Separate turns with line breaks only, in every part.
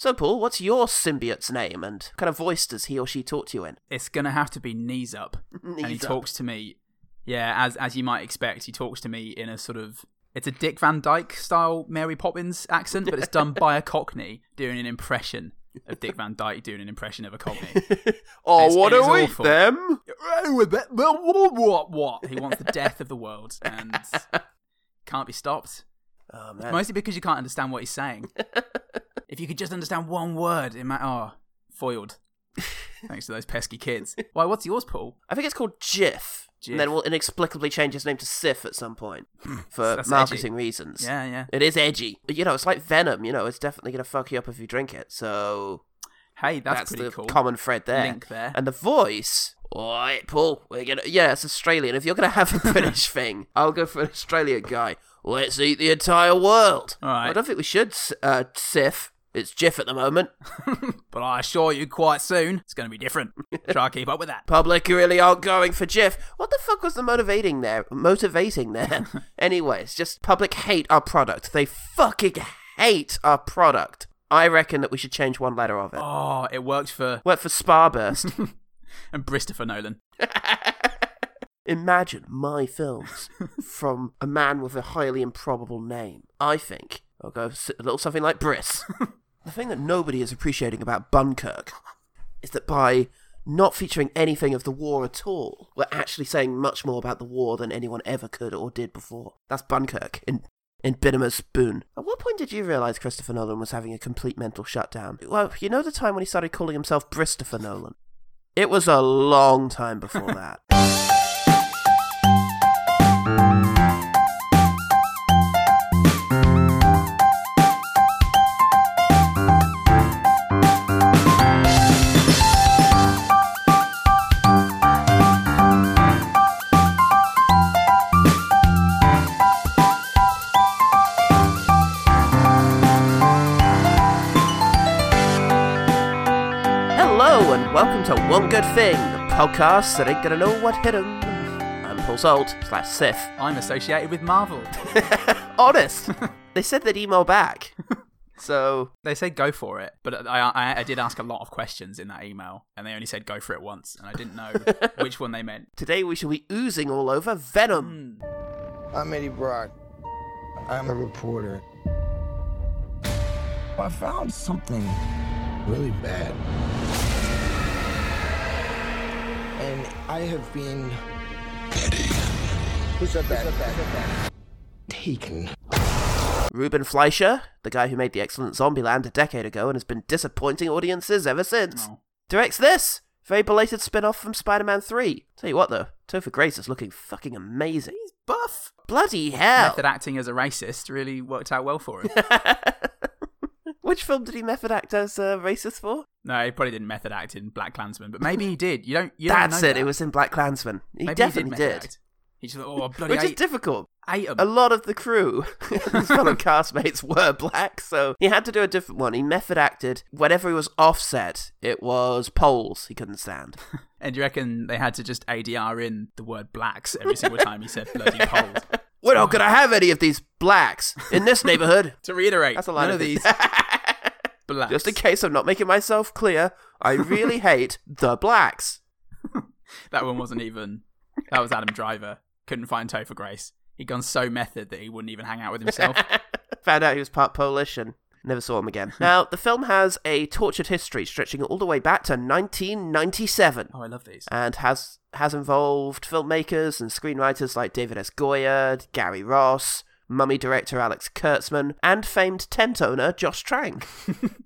So, Paul, what's your symbiote's name and what kind of voice does he or she talk to you in?
It's gonna have to be knees up. and he
Knees up.
talks to me. Yeah, as as you might expect, he talks to me in a sort of it's a Dick Van Dyke style Mary Poppins accent, but it's done by a Cockney doing an impression of Dick Van Dyke doing an impression of a Cockney.
Oh,
It's-
what
it
do
is
we,
awful.
them?
what what? He wants the death of the world and can't be stopped.
Oh, man.
Mostly because you can't understand what he's saying. if you could just understand one word, it might. Oh, foiled. Thanks to those pesky kids. Why? What's yours, Paul?
I think it's called Jif.
Jif.
And then we'll inexplicably change his name to Sif at some point for
Hmm. That's
marketing reasons.
Yeah, yeah.
It is edgy. But, you know, it's like venom, you know, it's definitely going to fuck you up if you drink it. So
Hey, that's,
that's,
pretty
the
cool.
common thread there.
Link there.
And the voice. Alright, Paul, we're gonna Yeah, it's Australian. If you're gonna have a British thing, I'll go for an Australian guy. Let's eat the entire world.
Alright.
I don't think we should uh Sif. It's Jif at the moment.
but I assure you, quite soon it's going to be different. Try to keep up with that.
Public really aren't going for Jif. What the fuck was the motivating there? Motivating there. Anyways, just public hate our product. They fucking hate our product. I reckon that we should change one letter of it.
Oh, it worked for
Work for Sparburst.
and Christopher Nolan.
Imagine my films from a man with a highly improbable name. I think I'll go s- a little something like Briss. the thing that nobody is appreciating about Bunkirk is that by not featuring anything of the war at all, we're actually saying much more about the war than anyone ever could or did before. That's Bunkirk in in Binimer's Spoon. At what point did you realise Christopher Nolan was having a complete mental shutdown? Well, you know the time when he started calling himself Bristopher Nolan. It was a long time before that. Hello and welcome to One Good Thing, the podcast that ain't gonna know what hit 'em. I'm Paul Salt slash Sif.
I'm associated with Marvel.
Honest, they said they'd email back. So
They said go for it, but I, I, I did ask a lot of questions in that email, and they only said go for it once, and I didn't know which one they meant.
today we shall be oozing all over Venom.
I'm Eddie Brock. I'm a reporter. I found something really bad. And I have been. Who said that? Taken.
Hmm.
Ruben Fleischer, the guy who made the excellent Zombieland a decade ago and has been disappointing audiences ever since,
Oh.
directs this. Very belated spin off from Spider Man 3. Tell you what though, Topher Grace is looking fucking amazing.
Buff
Bloody hell!
method acting as a racist really worked out well for him.
Which film did he method act as uh, racist for?
no, he probably didn't method act in Black Klansman, but maybe he did. You don't. You
That's
don't know
it. It
that.
was in Black Klansman. He
Maybe
definitely
he did.
did.
Method act. He just thought, oh I bloody
Which is
ate,
difficult.
ate 'em."
A lot of the crew, his fellow castmates, were black, so he had to do a different one. He method acted. Whenever he was offset, it was poles he couldn't stand.
And do you reckon they had to just ADR in the word blacks every single time he said bloody polls?
We're not going to have any of these blacks in this neighborhood.
To reiterate,
That's a line
none of
of it.
these blacks.
Just in case I'm not making myself clear, I really hate the blacks.
That one wasn't even. That was Adam Driver. Couldn't find Topher Grace. He'd gone so method that he wouldn't even hang out with himself.
Found out he was part Polish and never saw him again. now, the film has a tortured history stretching all the way back to 1997
oh, I love these.
and has has involved filmmakers and screenwriters like David S. Goyer, Gary Ross, mummy director Alex Kurtzman, and famed tent owner Josh Trank.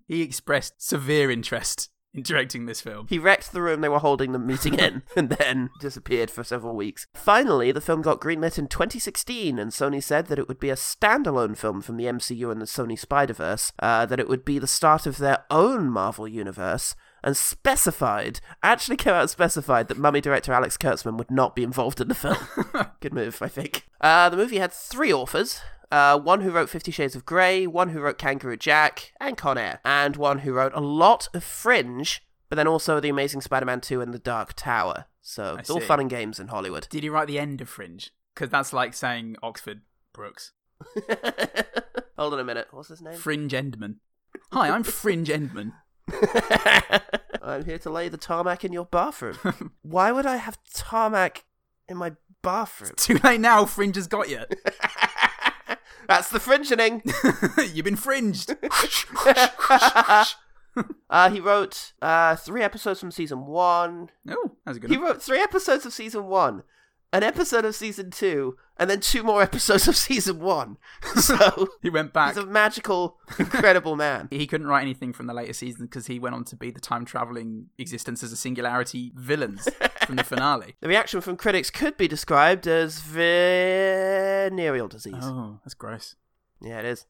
He expressed severe interest in directing this film.
He wrecked the room they were holding the meeting in and then disappeared for several weeks. Finally, the film got greenlit in 2016, and Sony said that it would be a standalone film from the MCU and the Sony Spider Verse, uh, that it would be the start of their own Marvel universe. And specified, actually came out and specified that mummy director Alex Kurtzman would not be involved in the film. Good move, I think. Uh, the movie had three authors. Uh, one who wrote Fifty Shades of Grey, one who wrote Kangaroo Jack and Con Air, and one who wrote a lot of Fringe, but then also The Amazing Spider Man 2 and The Dark Tower. So
I
it's all
see.
fun and games in Hollywood.
Did he write the end of Fringe? Because that's like saying Oxford Brooks.
Hold on a minute. What's his name?
Fringe Endman. Hi, I'm Fringe Endman.
I'm here to lay the tarmac in your bathroom. Why would I have tarmac in my bathroom?
Too late now, Fringe has got you.
That's the fringing.
You've been fringed.
Uh, he wrote uh, three episodes from season one.
oh, that's a good
He
one.
wrote three episodes of season one, an episode of season two, and then two more episodes of season one. So
He went back.
he's a magical, incredible man.
He couldn't write anything from the later season because he went on to be the time traveling existence as a singularity villains from the finale.
The reaction from critics could be described as venereal disease.
Oh, that's gross.
Yeah, it is.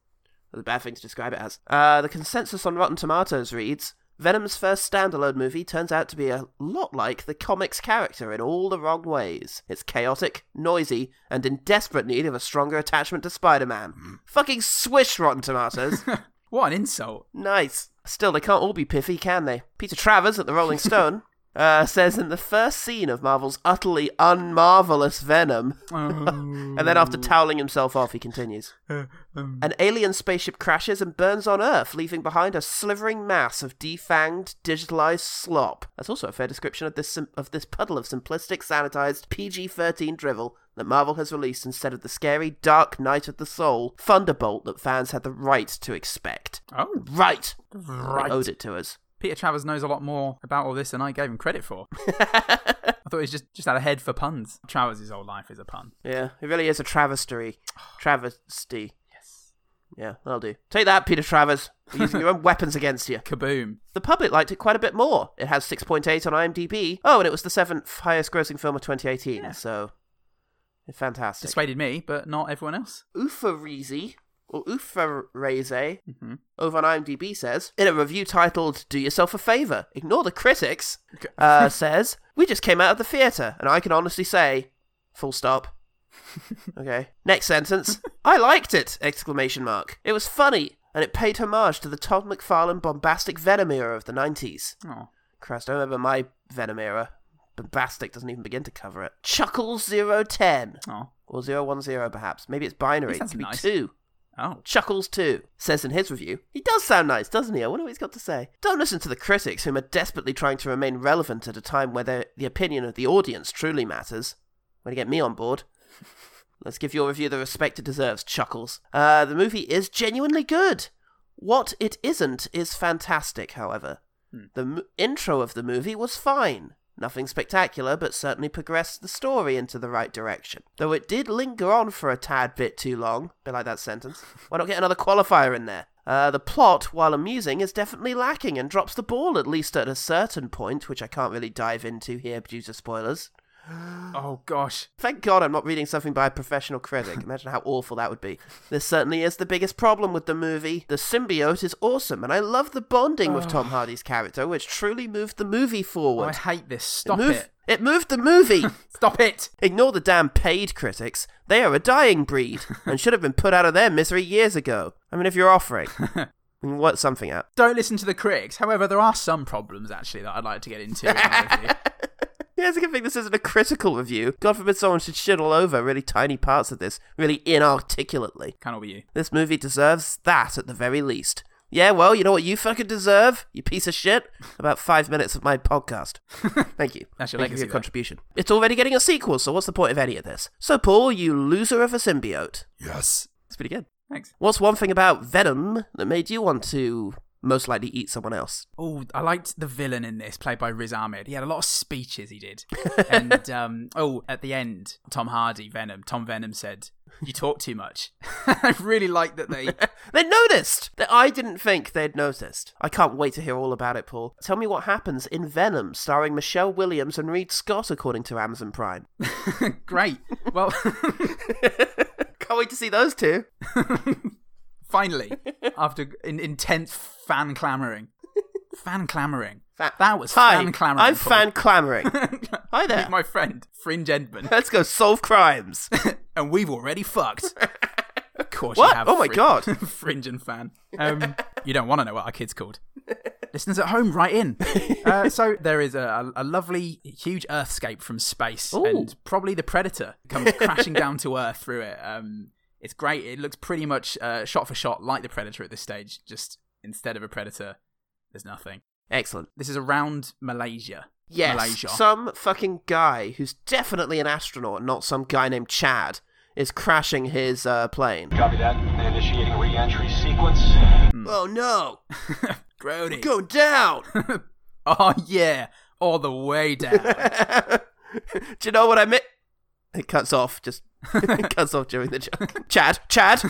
That's a bad thing to describe it as. Uh, the consensus on Rotten Tomatoes reads Venom's first standalone movie turns out to be a lot like the comics character in all the wrong ways. It's chaotic, noisy, and in desperate need of a stronger attachment to Spider Man. Fucking swish, Rotten Tomatoes.
What an insult.
nice. Still, they can't all be piffy, can they? Peter Travers at the Rolling Stone. Uh, says in the first scene of Marvel's utterly unmarvelous Venom,
Oh.
and then after toweling himself off, he continues. An alien spaceship crashes and burns on Earth, leaving behind a slivering mass of defanged, digitalized slop. That's also a fair description of this sim- of this puddle of simplistic, sanitized PG-13 drivel that Marvel has released instead of the scary Dark Knight of the Soul Thunderbolt that fans had the right to expect.
oh,
Right,
right.
They owed it to us.
Peter Travers knows a lot more about all this than I gave him credit for. I thought he was just, just had a head for puns. Travers' whole life is a pun.
Yeah, it really is a travesty. Travesty. Yes. Yeah, that'll do. Take that, Peter Travers. You're using your own weapons against you.
Kaboom.
The public liked it quite a bit more. It has 6.8 on IMDb. Oh, and it was the seventh highest grossing film of 2018, so fantastic.
Persuaded me, but not everyone else.
Ufarizi, or Ufarese,
Mhm.
over on IMDb says, in a review titled Do Yourself a Favor, Ignore the Critics, uh, says, We just came out of the theatre, and I can honestly say, full stop. okay. Next sentence. I liked it! Exclamation mark. It was funny, and it paid homage to the Todd McFarlane bombastic Venom era of the 90s.
Oh.
Christ, I remember my Venom era. Bombastic doesn't even begin to cover it. Chuckle 010.
Oh.
Or 010, perhaps. Maybe it's binary.
He
It
sounds
could be
nice.
2.
Oh.
Chuckles 2 says in his review, he does sound nice, doesn't he? I wonder what he's got to say. Don't listen to the critics, whom are desperately trying to remain relevant at a time where the the opinion of the audience truly matters. Way to get me on board. Let's give your review the respect it deserves, Chuckles. Uh, the movie is genuinely good. What it isn't is fantastic, however. The m- intro of the movie was fine. Nothing spectacular, but certainly progressed the story into the right direction. Though it did linger on for a tad bit too long. Bit like that sentence. Why not get another qualifier in there? Uh, the plot, while amusing, is definitely lacking and drops the ball at least at a certain point, which I can't really dive into here due to spoilers.
Oh, gosh.
Thank God I'm not reading something by a professional critic. Imagine how awful that would be. This certainly is the biggest problem with the movie. The symbiote is awesome, and I love the bonding with Tom Hardy's character, which truly moved the movie
Oh, I
forward.
hate this. Stop
it, moved,
it.
moved the movie.
Stop it.
Ignore the damn paid critics. They are a dying breed and should have been put out of their misery years ago. I mean, if you're offering, we can work something out.
Don't listen to the critics. However, there are some problems, actually, that I'd like to get into. in that review.
Yeah, it's a good thing this isn't a critical review. God forbid someone should shit all over really tiny parts of this, really inarticulately.
Can all be you.
This movie deserves that at the very least. Yeah, well, you know what you fucking deserve, you piece of shit? About five minutes of my podcast. Thank you.
That's
Thank you for
your legacy,
your
though.
contribution. It's already getting a sequel, so what's the point of any of this? So, Paul, you loser of a symbiote.
Yes.
It's pretty good.
Thanks.
What's one thing about Venom that made you want to most likely eat someone else?
Oh, I liked the villain in this, played by Riz Ahmed. He had a lot of speeches he did. and, um, oh, at the end, Tom Hardy, Venom, Tom Venom said, You talk too much. I really liked that they.
They noticed that I didn't think they'd noticed. I can't wait to hear all about it, Paul. Tell me what happens in Venom, starring Michelle Williams and Reed Scott, according to Amazon Prime.
Great. Well,
Can't wait to see those two.
finally, after in, intense fan clamoring. Fan clamoring.
Fa-
that was
Hi,
fan clamoring.
I'm
Paul.
fan clamoring. Hi there.
Meet my friend, Fringe Endman.
Let's go solve crimes.
and we've already fucked. Of course you
What?
have.
Oh my
Fri-
God.
Fringe and fan. Um, you don't want to know what our kid's called. Listeners at home, write in. Uh, so there is a, a lovely, huge Earthscape from space,
Ooh.
and probably the Predator comes crashing down to Earth through it. Um, it's great. It looks pretty much uh, shot for shot like the Predator at this stage, just instead of a predator, there's nothing.
Excellent.
This is around Malaysia.
Yes,
Malaysia.
some fucking guy who's definitely an astronaut, not some guy named Chad, is crashing his uh, plane.
Copy that. Initiating re-entry sequence.
Hmm.
Oh no!
Grody.
Go down!
Oh yeah, all the way down.
Do you know what I meant? It cuts off. Just it cuts off during the joke. Chad, Chad.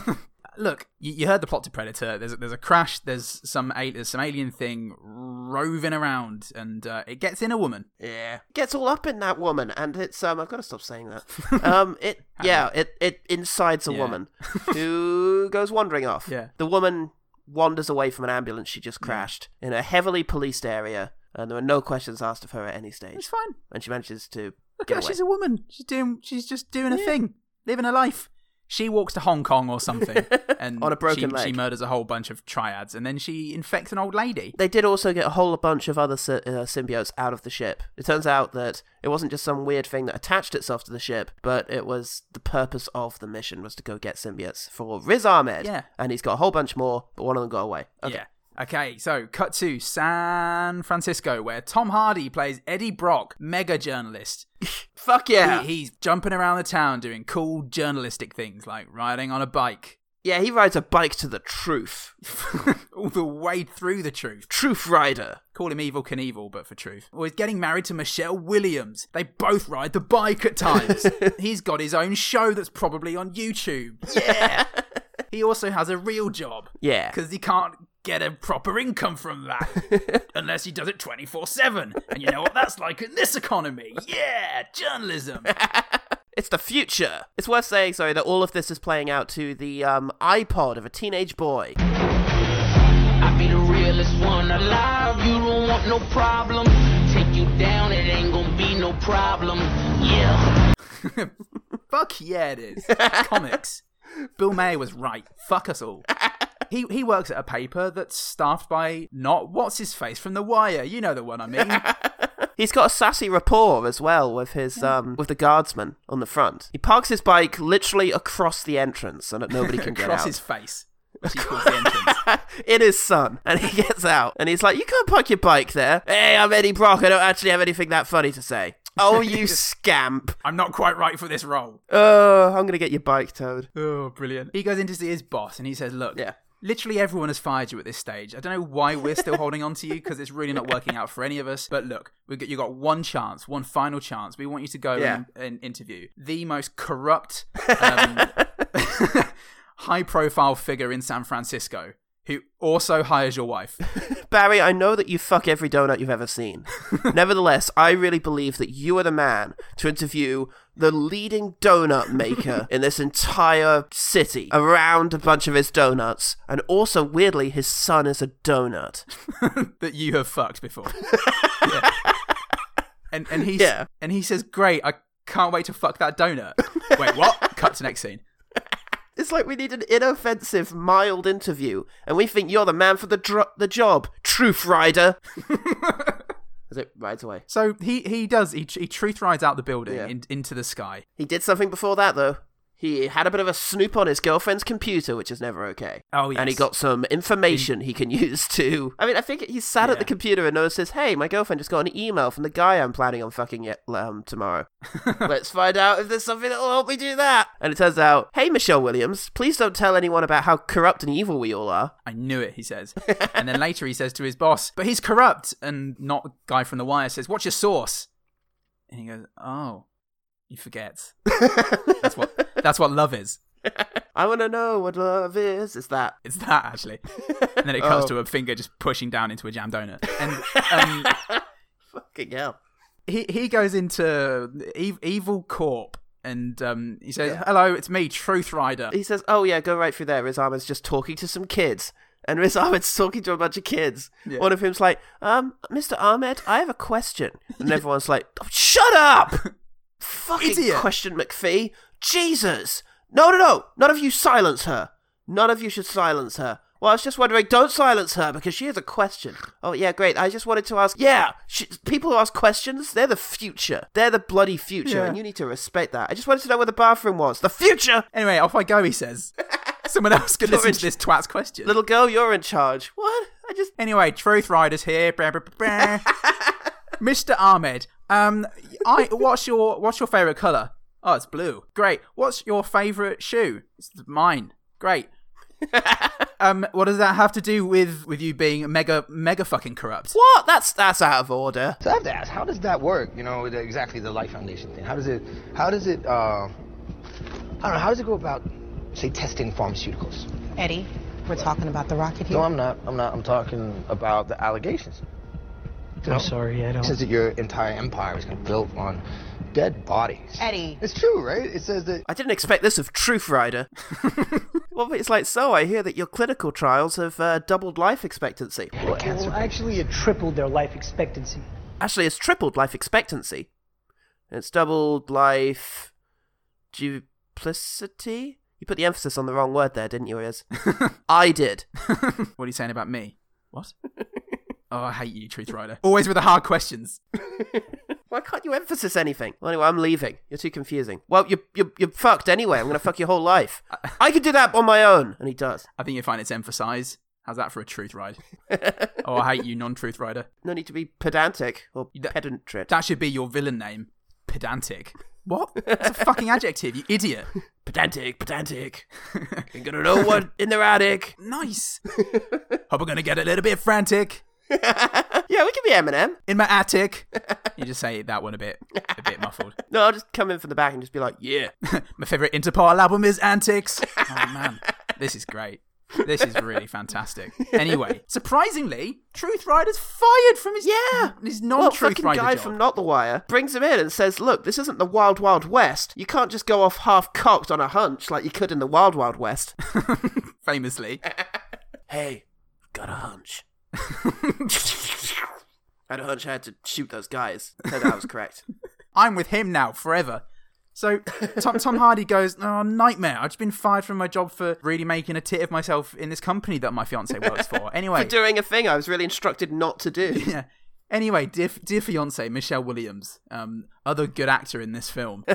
Look, you, you heard the plot to Predator. There's a, there's a crash. There's some a- there's some alien thing roving around, and uh, it gets in a woman.
yeah, gets all up in that woman, and it's um. I've got to stop saying that. Um, it yeah, it it incides a
Yeah.
woman who goes wandering off.
Yeah.
the woman wanders away from an ambulance she just crashed in a heavily policed area, and there are no questions asked of her at any
It's
stage,
fine.
and she manages to
Look
get
at
away.
her. She's a woman. She's doing. She's just doing a thing, living her life. She walks to Hong Kong or something, and
On a broken
she,
leg.
she murders a whole bunch of triads, and then she infects an old lady.
they did also get a whole bunch of other sy- uh, symbiotes out of the ship. It turns out that it wasn't just some weird thing that attached itself to the ship, but it was the purpose of the mission was to go get symbiotes for Riz Ahmed.
Yeah.
And he's got a whole bunch more, but one of them got away. Okay.
Yeah. Okay, so cut to San Francisco, where Tom Hardy plays Eddie Brock, mega journalist.
Fuck yeah.
He, he's jumping around the town doing cool journalistic things like riding on a bike
yeah, he rides a bike to the truth.
all the way through the truth.
Truth rider.
Call him Evil Knievel, but for truth. Or he's getting married to Michelle Williams. They both ride the bike at times. he's got his own show that's probably on YouTube.
Yeah.
He also has a real job.
Yeah.
Because he can't get a proper income from that unless he does it 24 7. And you know what that's like in this economy? Yeah, journalism.
It's the future. It's worth saying, sorry, that all of this is playing out to the um, iPod of a teenage boy.
I be the realest one alive. You don't want no problem. Take you down, it ain't gonna be no problem. Yeah.
Fuck yeah, it is. Comics. Bill Mayer was right. Fuck us all. He, he works at a paper that's staffed by not what's his face from The Wire. You know the one I mean.
He's got a sassy rapport as well with his um with the guardsman on the front. He parks his bike literally across the entrance so that nobody can get
Across
out.
his face. Which he calls the entrance.
it is sun, and he gets out, and he's like, "You can't park your bike there." Hey, I'm Eddie Brock. I don't actually have anything that funny to say. Oh, you scamp!
I'm not quite right for this role.
Oh, I'm gonna get your bike towed.
Oh, brilliant. He goes in to see his boss and he says, Look,
Yeah.
literally everyone has fired you at this stage. I don't know why we're still holding on to you because it's really not working out for any of us. But look, we got, you got one chance, one final chance. We want you to go
Yeah.
and, and interview the most corrupt, um, high profile figure in San Francisco who also hires your wife.
Barry, I know that you fuck every donut you've ever seen. Nevertheless, I really believe that you are the man to interview the leading donut maker in this entire city around a bunch of his donuts. And also, weirdly, his son is a donut.
that you have fucked before. Yeah. And and he's
Yeah.
and he says, "Great, I can't wait to fuck that donut." Wait, what? Cut to next scene.
It's like we need an inoffensive, mild interview, and we think you're the man for the dro- the job, Truth Rider. As it rides away.
So he he does he tr- he truth rides out the building
Yeah.
in, into the sky.
He did something before that, though. He had a bit of a snoop on his girlfriend's computer, which is never okay.
Oh, yes.
And he got some information he can use to. I mean, I think he sat at the computer and notices, hey, my girlfriend just got an email from the guy I'm planning on fucking yet, um, tomorrow. Let's find out if there's something that'll help me do that. And it turns out, hey, Michelle Williams, please don't tell anyone about how corrupt and evil we all are.
I knew it, he says. and then later he says to his boss, "But he's corrupt." And not guy from the wire says, "What's your source?" And he goes, "Oh, you forget." that's what that's what love is.
I want to know what love is. Is that.
It's that actually. And then it comes to a finger just pushing down into a jam donut. And um,
Fucking hell.
he he goes into ev- evil corp and um, he says, "Hello, it's me, Truth Rider."
He says, oh, yeah, go right through there. Riz Ahmed's just talking to some kids. And Riz Ahmed's talking to a bunch of kids. One of whom's like, um, Mr. Ahmed, I have a question. And everyone's like, "Oh, shut up! Fucking
Idiot.
question, McPhee. Jesus! No, no, no! None of you silence her. None of you should silence her. Well, I was just wondering, don't silence her because she has a question. Oh, yeah, great. I just wanted to ask. Yeah, she, people who ask questions, they're the future. They're the bloody future,
Yeah.
and you need to respect that. I just wanted to know where the bathroom was. The future!
Anyway, off I go. He says. Someone else could listen
George.
to this twat's question.
Little girl, you're in charge. What? I just.
Anyway, Truth Riders here. Brr, brr, brr, brr. Mr. Ahmed, um, I what's your what's your favorite color? Oh, it's blue. Great. What's your favorite shoe? It's mine. Great. um, what does that have to do with with you being mega mega fucking corrupt?
What? That's that's out of order.
So I have to ask, how does that work? You know, the, exactly the Life Foundation thing. How does it? How does it? Uh, I don't know. How does it go about, say, testing pharmaceuticals?
Eddie, we're talking about the rocket here.
No, I'm not. I'm not. I'm talking about the allegations.
I'm sorry, I don't.
Since your entire empire is built on dead bodies.
Eddie.
It's true, right? It says that.
I didn't expect this of Truth Rider. well, it's like so. I hear that your clinical trials have uh, doubled life expectancy.
Well, actually, it tripled their life expectancy.
Actually, it's tripled life expectancy. It's doubled life duplicity. You put the emphasis on the wrong word there, didn't you, Iz? I did.
What are you saying about me? What? oh, I hate you, Truth Rider. Always with the hard questions.
Why can't you emphasize anything? Well, anyway, I'm leaving. You're too confusing. Well, you you you're fucked anyway. I'm gonna fuck your whole life. I could do that on my own, and he does.
I think you find it's emphasized. How's that for a Truth Ride? oh, I hate you, non-Truth Rider.
No need to be pedantic or
That-
pedantry.
That should be your villain name. Pedantic. What? That's a fucking adjective, you idiot.
pedantic, pedantic. You're gonna know what in their attic.
Nice. Hope we're gonna get a little bit frantic
Yeah, we can be Eminem.
in my attic. You just say that one a bit, a bit muffled.
No, I'll just come in from the back and just be like, yeah.
My favorite Interpol album is Antics. Oh man, this is great. This is really fantastic. Anyway, surprisingly, Truth Rider's fired from his
Yeah.
his
Well,
non-Truth
fucking
Rider
guy
job.
from Not the Wire brings him in and says, "Look, this isn't the Wild Wild West. You can't just go off half cocked on a hunch like you could in the Wild Wild West."
famously.
hey, got a hunch. had a hunch I had to shoot those guys. Turned out I was correct.
I'm with him now forever. So Tom, Tom Hardy goes, oh, nightmare. I've just been fired from my job for really making a tit of myself in this company that my fiance works for. Anyway,
For doing a thing I was really instructed not to do.
yeah. Anyway, dear, dear fiance, Michelle Williams, um, other good actor in this film.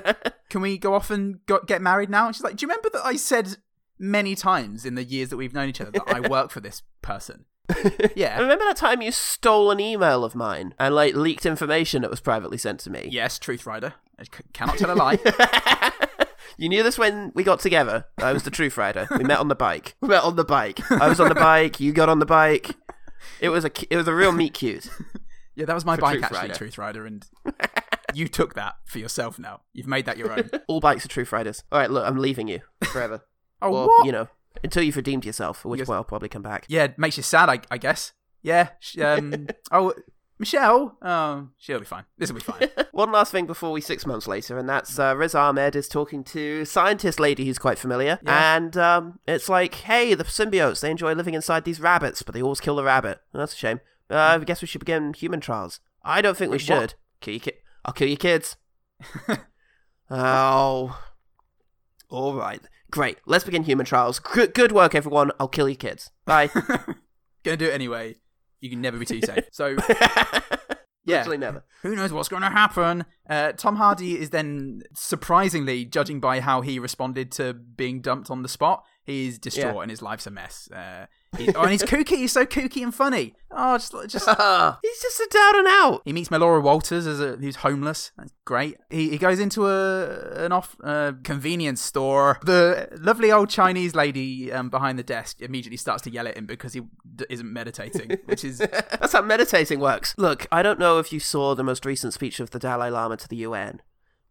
Can we go off and go, get married now? And she's like, do you remember that I said many times in the years that we've known each other that I work for this person?
I
Yeah.
remember that time you stole an email of mine and like leaked information that was privately sent to me.
Yes, Truth Rider. I c- cannot tell a lie.
You knew this when we got together. I was the truth rider. We met on the bike. We met on the bike. I was on the bike. You got on the bike. It was a it was a real meet cute.
Yeah, that was my bike
Truth
actually,
Rider.
Truth Rider, and you took that for yourself now. You've made that your own.
All bikes are truth riders. All right, look, I'm leaving you forever.
Oh,
or
what?
you know, until you've redeemed yourself, at which
Yes.
point I'll probably come back.
Yeah, it makes you sad, I, I guess. Yeah. sh- Um, oh, Michelle. Um, she'll be fine. This will be fine.
One last thing before we six months later, and that's uh, Riz Ahmed is talking to scientist lady who's quite familiar,
Yeah.
and um, it's like, hey, the symbiotes they enjoy living inside these rabbits, but they always kill the rabbit. Well, that's a shame. Uh, I guess we should begin human trials. I don't think we
Mm. Wait, what?
should. Kill your ki- I'll kill your kids. oh, all right, great. Let's begin human trials. Good, good work, everyone. I'll kill your kids. Bye.
Gonna do it anyway. You can never be too safe. So, yeah.
Literally never.
Who knows what's going to happen? Uh, Tom Hardy is then surprisingly, judging by how he responded to being dumped on the spot, he's distraught
Yeah.
and his life's a mess. Uh, he, oh, and he's kooky. He's so kooky and funny. Oh, just just
He's just a down and out.
He meets Melora Walters as a who's homeless. That's great. He, he goes into a an off uh, convenience store. The lovely old Chinese lady um, behind the desk immediately starts to yell at him because he d- isn't meditating, which is
That's how meditating works. Look, I don't know if you saw the most recent speech of the Dalai Lama to the UN,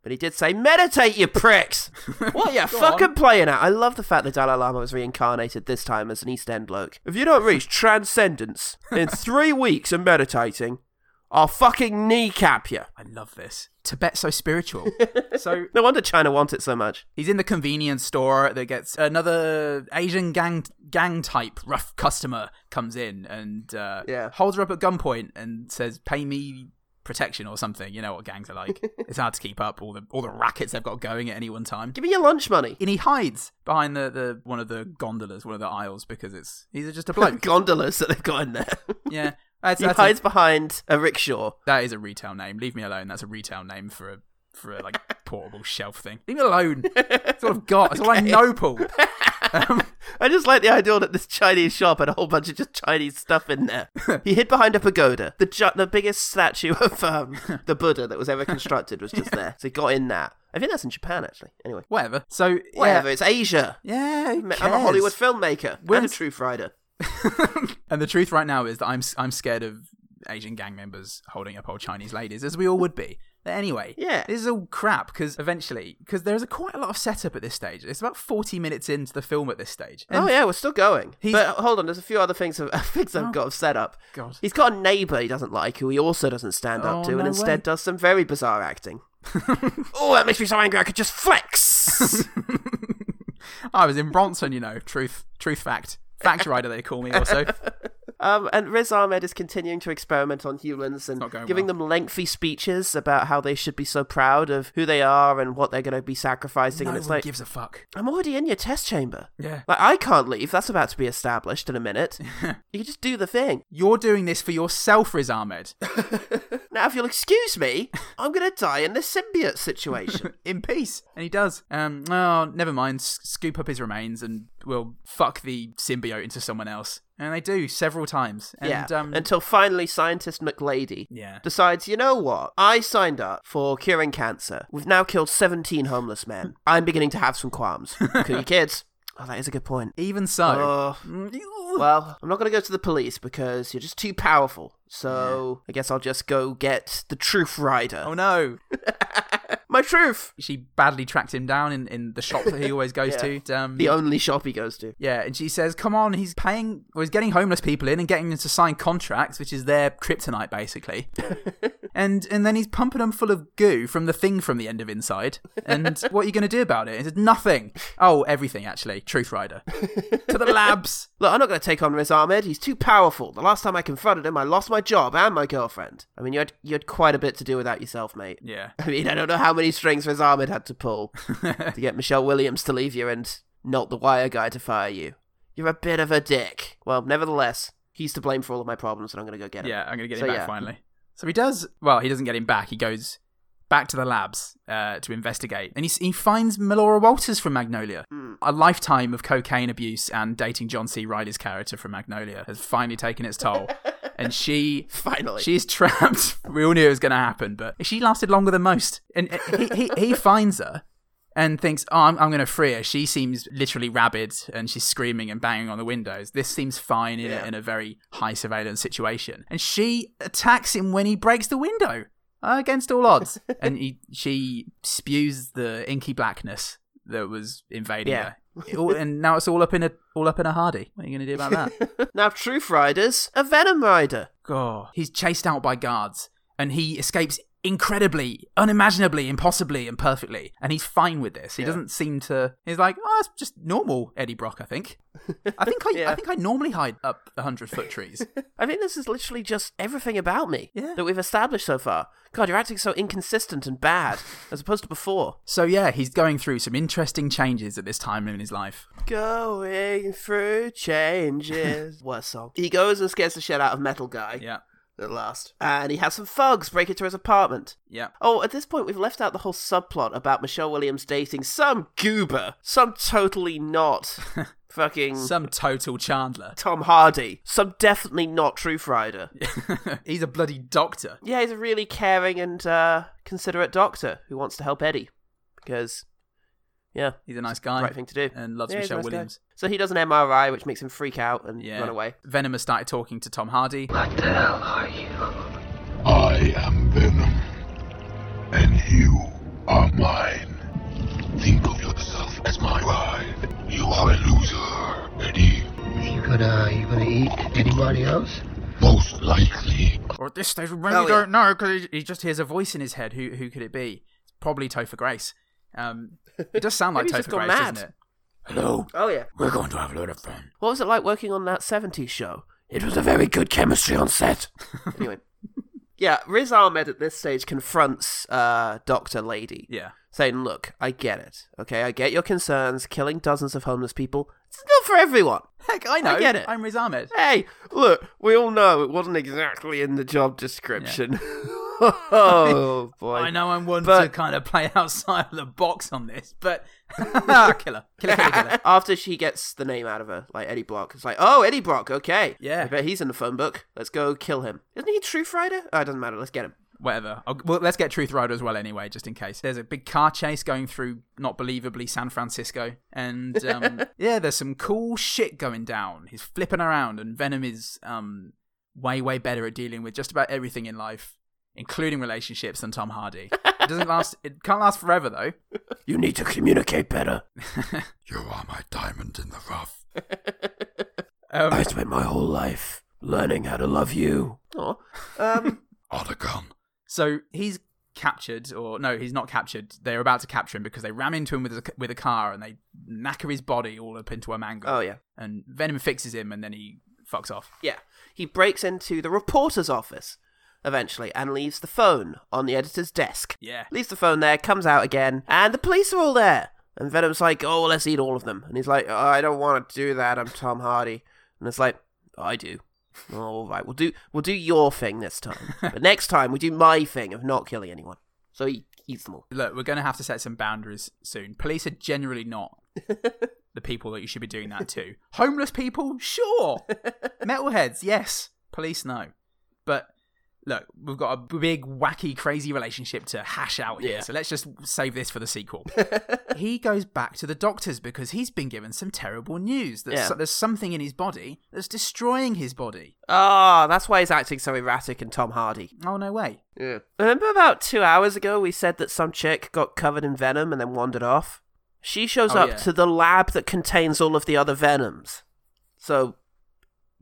but he did say, Meditate, you pricks! What you
Go
fucking
on.
playing at? I love the fact the Dalai Lama was reincarnated this time as an East End bloke. If you don't reach transcendence in three weeks of meditating, I'll fucking kneecap you.
I love this. Tibet's so spiritual. so
No wonder China wants it so much.
he's in the convenience store that gets another Asian gang gang type rough customer comes in and uh,
Yeah.
holds her up at gunpoint and says, "Pay me." Protection or something, you know what gangs are like. it's hard to keep up all the all the rackets they've got going at any one time.
Give me your lunch money.
and he hides behind the, the one of the gondolas, one of the aisles, because it's he's just a bloke.
Gondolas that they've got in there.
yeah, that's,
he
that's
hides
a,
behind a rickshaw.
that is a retail name. Leave me alone. That's a retail name for a for a like portable shelf thing. Leave me alone. That's all I've got. That's all I know, Paul. Um,
I just like the idea that this Chinese shop had a whole bunch of just Chinese stuff in there. he hid behind a pagoda. The gi- the biggest statue of um, the Buddha that was ever constructed was just there. So he got in that. I think that's in Japan, actually. Anyway,
whatever. So
whatever. It's Asia.
Yeah, yeah who
I'm a
cares?
Hollywood filmmaker. We're a
When's-
truth rider.
and the truth right now is that I'm I'm scared of Asian gang members holding up old Chinese ladies, as we all would be. But anyway,
Yeah.
this is all crap because eventually, because there is a quite a lot of setup at this stage. It's about forty minutes into the film at this stage. And
oh yeah, we're still going.
He's- Oh,
But hold on, there's a few other things I've, things I've got of setup.
God.
He's got a neighbour he doesn't like, who he also doesn't stand
Oh,
up to, and
no
instead
way.
does some very bizarre acting. oh, that makes me so angry I could just flex. Oh.
I was in Bronson, you know. Truth, truth, fact, fact rider. They call me also.
Um, and Riz Ahmed is continuing to experiment on humans and
not going
giving
well.
them lengthy speeches about how they should be so proud of who they are and what they're going to be sacrificing.
no
and
one
it's like,
gives a fuck.
I'm already in your test chamber.
Yeah.
Like, I can't leave. That's about to be established in a minute. you can just do the thing.
You're doing this for yourself, Riz Ahmed.
Now, if you'll excuse me, I'm going to die in this symbiote situation.
in peace. And he does. Um, oh, never mind. S- scoop up his remains and we'll fuck the symbiote into someone else. And they do several times. And,
yeah.
Um,
Until finally, scientist McLady
yeah.
decides, you know what? I signed up for curing cancer. We've now killed 17 homeless men. I'm beginning to have some qualms. Could you kids? Oh, that is a good point.
Even so.
Oh.
Mm,
Well, I'm not going to go to the police because you're just too powerful. So I guess I'll just go get the truth rider.
oh no.
My truth!
She badly tracked him down in, in the shop that he always goes
Yeah.
to. And, Um,
The only shop he goes to.
yeah, and she says, "Come on, he's paying. Well, he's getting homeless people in and getting them to sign contracts, which is their kryptonite, basically. and and then he's pumping them full of goo from the thing from the end of Inside. And what are you going to do about it? He says, "Nothing. Oh, everything actually. Truth Rider to the labs.
Look, I'm not going to take on Riz Ahmed. He's too powerful. The last time I confronted him, I lost my job and my girlfriend. I mean, you had, you had quite a bit to do with that yourself, mate.
Yeah,
I mean, I don't know how many strings Riz Ahmed had to pull to get Michelle Williams to leave you and not the wire guy to fire you. You're a bit of a dick. Well, nevertheless, he's to blame for all of my problems, and I'm going to go get him.
yeah. I'm going to get
So,
him back
yeah.
finally. So he does. Well, he doesn't get him back. He goes." Back to the labs uh, to investigate, and he, s- he finds Melora Walters from Magnolia.
Hmm.
A lifetime of cocaine abuse and dating John C. Riley's character from Magnolia has finally taken its toll, and she
Finally.
She's trapped. We all knew it was going to happen, but she lasted longer than most. And he, he, he finds her and thinks, oh, I'm, I'm going to free her. She seems literally rabid and she's screaming and banging on the windows. This seems fine in,
Yeah.
a, in a very high surveillance situation. And she attacks him when he breaks the window uh, against all odds. and he, she spews the inky blackness that was invading
Yeah.
her. It all- and now it's all up in a all up in a hardy. What are you going to do about that?
Now, Truth Rider's a Venom Rider.
God. He's chased out by guards and he escapes incredibly, unimaginably, impossibly, and perfectly. And he's fine with this. He doesn't seem to. He's like, oh, it's just normal Eddie Brock, I think. I think I,
Yeah.
I think I normally hide up a hundred foot trees.
I think this is literally just everything about me
Yeah.
that we've established so far. God, you're acting so inconsistent and bad as opposed to before.
so yeah, he's going through some interesting changes at this time in his life.
Going through changes. what a song. He goes and scares the shit out of Metal Guy
Yeah,
at last. And he has some thugs break into his apartment.
yeah.
Oh, at this point, we've left out the whole subplot about Michelle Williams dating some goober, some totally not fucking
Um, Some total Chandler.
Tom Hardy, some definitely not Truth Rider.
he's a bloody doctor.
Yeah, he's a really caring and uh, considerate doctor who wants to help Eddie because, yeah,
He's a nice guy.
right thing to do.
And loves
Yeah, he's a
Michelle
nice guy.
Williams.
So he does an MRI, which makes him freak out and
Yeah.
run away.
Venom has started talking to Tom Hardy.
I am Venom, and you are mine. Think of yourself as my bride. You are a loser, Eddie.
You gonna you gonna eat anybody else?
Most likely.
Or at this stage, we really
Oh, yeah.
don't know because he, he just hears a voice in his head. Who who could it be? It's probably Topher Grace. Um, it does sound like
Maybe
Topher
he's just gone
Grace,
mad.
doesn't it? Hello,
Oh yeah.
we're going to have a lot of fun.
What was it like working on that 70s show? It was a very good chemistry on set. anyway. Yeah, Riz Ahmed at this stage confronts uh, Dr. Lady,
Yeah,
saying, Look, I get it. Okay, I get your concerns. Killing dozens of homeless people, it's not for everyone.
heck, I know.
I get it.
I'm Riz Ahmed.
Hey, look, we all know it wasn't exactly in the job description. oh boy.
I know I'm one to
But-
kind of play outside of the box on this, but Ah, killer, killer, killer, killer.
After she gets the name out of her, like Eddie Brock, it's like, oh, Eddie Brock, okay.
Yeah.
I bet he's in the phone book. Let's go kill him. Isn't he Truth Rider? Oh, it doesn't matter. Let's get him.
Whatever. I'll, well, let's get Truth Rider as well, anyway, just in case. There's a big car chase going through, not believably, San Francisco, and um, yeah, there's some cool shit going down. He's flipping around, and Venom is um, way, way better at dealing with just about everything in life, including relationships, than Tom Hardy. It doesn't last. It can't last forever, though.
You need to communicate better.
You are my diamond in the rough.
Um,
spent my whole life learning how to love you. Oh, um,
Otacon.
So he's captured, or no, he's not captured. They're about to capture him because they ram into him with a, with a car and they knacker his body all up into a mangle.
oh yeah,
And Venom fixes him and then he fucks off.
yeah. He breaks into the reporter's office eventually and leaves the phone on the editor's desk.
Yeah.
Leaves the phone there, comes out again, and the police are all there. And Venom's like, oh, well, let's eat all of them. And he's like, oh, I don't want to do that. I'm Tom Hardy. And it's like, I do. all right, we'll do we'll do your thing this time, but next time we do my thing of not killing anyone. So he eats them all.
Look, we're going to have to set some boundaries soon. Police are generally not the people that you should be doing that to. Homeless people, sure. Metalheads, yes. Police, no. But look, we've got a big, wacky, crazy relationship to hash out here.
Yeah.
So let's just save this for the sequel. he goes back to the doctors because he's been given some terrible news that
Yeah.
so- there's something in his body that's destroying his body.
Ah, that's why he's acting so erratic and Tom Hardy.
Oh, no way.
Yeah. Remember about two hours ago we said that some chick got covered in venom and then wandered off? She shows
Oh,
up
yeah.
to the lab that contains all of the other venoms. So,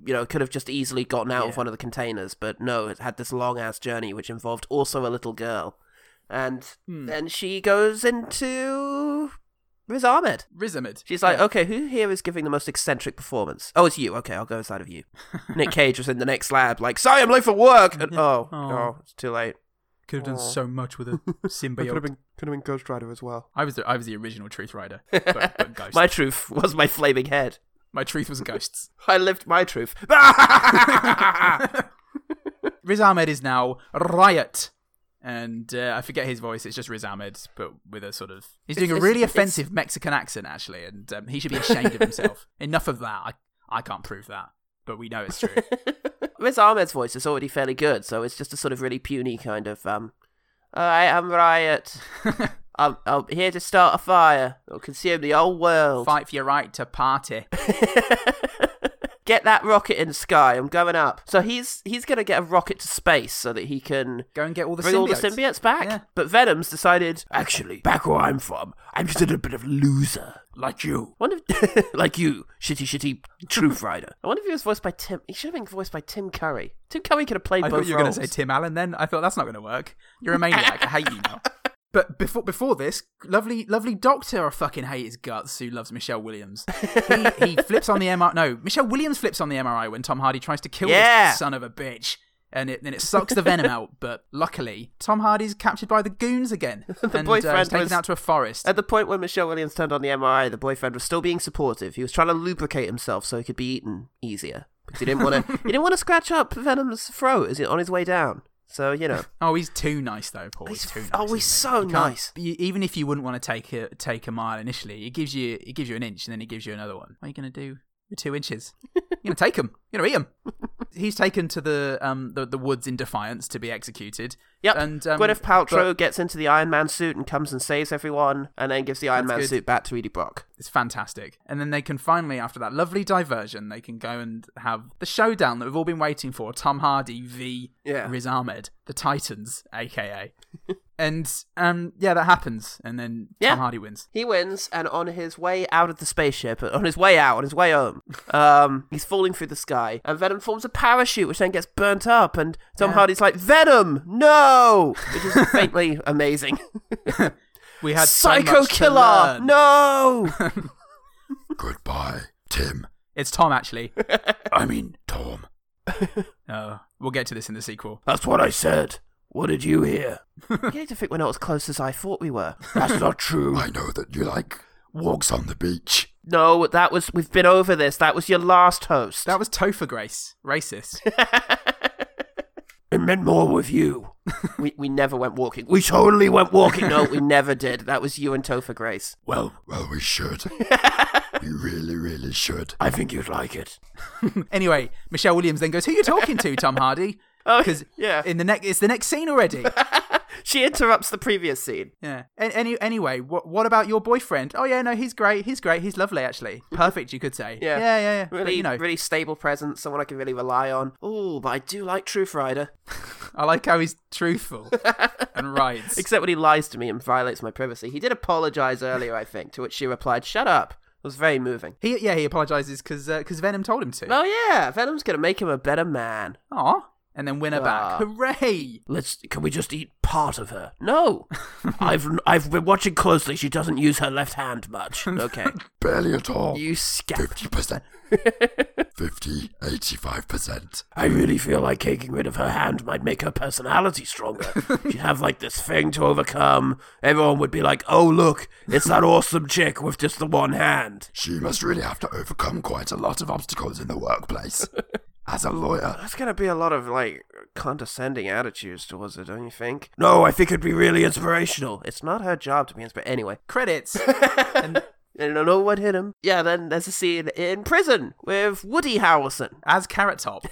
you know, could have just easily gotten out of
Yeah.
one of the containers, but no, it had this long ass journey which involved also a little girl. And
Hmm.
then she goes into Riz Ahmed.
Rizamid.
She's like, okay, who here is giving the most eccentric performance? Oh, it's you. Okay, I'll go inside of you. Nick Cage was in the next lab, like, sorry, I'm late for work. And, oh,
Aw.
oh, it's too late.
could have done so much with a symbiote.
could have been Ghost Rider as well.
I was the I was the original Truth Rider, but, but ghost.
My
my,
truth was my flaming head.
truth was ghosts.
I lived my truth. Ah!
Riz Ahmed is now Riot, and uh, I forget his voice. It's just Riz Ahmed, but with a sort of he's doing
It's-
a really
it's- it's-
offensive Mexican accent actually, and um, he should be ashamed of himself. Enough of that. I I can't prove that, but we know it's true.
Riz Ahmed's voice is already fairly good, so it's just a sort of really puny kind of um. I am riot. I'm, I'm here to start a fire. I'll consume the whole world.
Fight for your right to party.
Get that rocket in the sky. I'm going up. So he's he's gonna get a rocket to space so that he can
Go and get all the
bring all the
symbiotes.
symbiotes back.
Yeah.
But Venom's decided, actually, back where I'm from, I'm just a little bit of loser. Like you. Wonder if, like you, shitty, shitty truth rider. I wonder if he was voiced by Tim. He should have been voiced by Tim Curry. Tim Curry could have played
I
both
thought you were going
roles.
to say Tim Allen. Then I thought that's not going to work. You're a maniac. I hate you now. But before before this, lovely lovely doctor I fucking hate his guts who loves Michelle Williams. He, he flips on the MRI. No, Michelle Williams flips on the MRI when Tom Hardy tries to kill
Yeah.
this son of a bitch. And it, and it sucks the venom out, but luckily Tom Hardy's captured by the goons again, and uh,
boyfriend
he's taken
was-
out to a forest.
At the point when Michelle Williams turned on the MRI, the boyfriend was still being supportive. He was trying to lubricate himself so he could be eaten easier because he didn't want to. he didn't want to scratch up Venom's throat as he on his way down. So you know,
Oh, he's too nice though, Paul. He's,
He's-
too nice.
oh, he's
isn't
so
he? You can't-
nice.
you- even if you wouldn't want to take a take a mile initially, it gives you it gives you an inch, and then it gives you another one. What are you going to do with two inches? You're going to take him. You're going to eat him. he's taken to the um the, the woods in defiance to be executed.
Yep.
And um,
Gwyneth Paltrow
but
gets into the Iron Man suit and comes and saves everyone, and then gives the Iron
That's
Man
good.
suit back to Edie Brock.
It's fantastic. And then they can finally, after that lovely diversion, they can go and have the showdown that we've all been waiting for: Tom Hardy v
Yeah.
Riz Ahmed, the Titans, aka. and um yeah, that happens, and then
Yeah.
Tom Hardy wins.
He wins, and on his way out of the spaceship, on his way out, on his way home, um, he's falling through the sky, and Venom forms a parachute, which then gets burnt up, and Tom Hardy's like, "Venom, no!" Which is faintly amazing.
We had so
Psycho
much to
killer,
learn.
no!
Goodbye, Tim.
it's Tom actually.
I mean, Tom.
Uh, we'll get to this in the sequel.
That's what I said. What did you hear?
you need to think we're not as close as I thought we were. That's
not true. I know that you like walks on the beach.
no, that was we've been over this. That was your last host.
That was Topher Grace, racist.
It meant more with you.
we, we never went walking. We totally went walking. No, we never did. That was you and Topher Grace.
Well, well, we should. we really, really should.
I think you'd like it.
Anyway, Michelle Williams then goes, "Who you talking to, Tom Hardy?"
Oh,
Because
yeah.
in the next, it's the next scene already.
She interrupts the previous scene.
Yeah. An- Any anyway, what what about your boyfriend? Oh yeah, no, he's great. He's great. He's lovely actually. Perfect, you could say.
Yeah.
yeah, yeah.
Really,
but, you know,
really stable presence, someone I can really rely on. Oh, but I do like Truth Rider.
I like how he's truthful and right.
Except when he lies to me and violates my privacy. He did apologize earlier, I think, to which she replied, Shut up. It was very moving.
He yeah, he apologizes because Venom told him to.
Oh, yeah, Venom's gonna make him a better man.
Aw. And then win her
Ah.
back. Hooray!
Let's. Can we just eat part of her? No! I've, I've been watching closely. She doesn't use her left hand much. Okay.
Barely at all.
you scat.
50%. 50, 85%.
I really feel like taking rid of her hand might make her personality stronger. She'd have like this thing to overcome. Everyone would be like, oh, look, it's that awesome chick with just the one hand.
She must really have to overcome quite a lot of obstacles in the workplace. As a lawyer.
That's gonna be a lot of like condescending attitudes towards her, don't you think? No, I think it'd be really inspirational. It's not her job to be inspired. Anyway,
Credits.
I don't know what hit him. Yeah, then there's a scene in prison with Woody Harrelson,
As Carrot Top.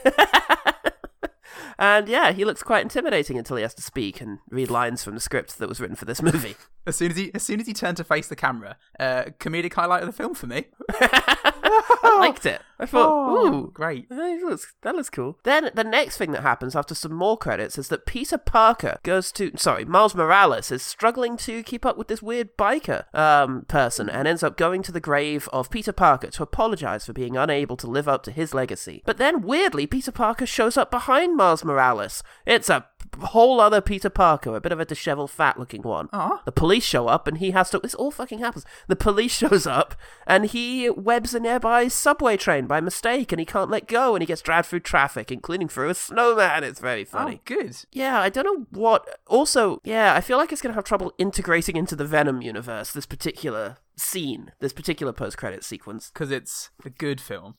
and yeah, he looks quite intimidating until he has to speak and read lines from the script that was written for this movie.
As soon as he as soon as he turned to face the camera, uh, comedic highlight of the film for me.
I liked it. I thought,
Oh.
ooh,
great.
That looks, that looks cool. Then the next thing that happens after some more credits is that Peter Parker goes to, sorry, Miles Morales is struggling to keep up with this weird biker um, person and ends up going to the grave of Peter Parker to apologize for being unable to live up to his legacy. But then weirdly, Peter Parker shows up behind Miles Morales. It's a whole other Peter Parker, a bit of a disheveled, fat-looking one. The police show up and he has to. This all fucking happens. The police shows up and he webs a nearby subway train by mistake and he can't let go and he gets dragged through traffic, including through a snowman. It's very funny.
Oh, good.
Yeah, I don't know what. Also, yeah, I feel like it's going to have trouble integrating into the Venom universe, this particular scene, this particular post credit sequence.
Because it's a good film.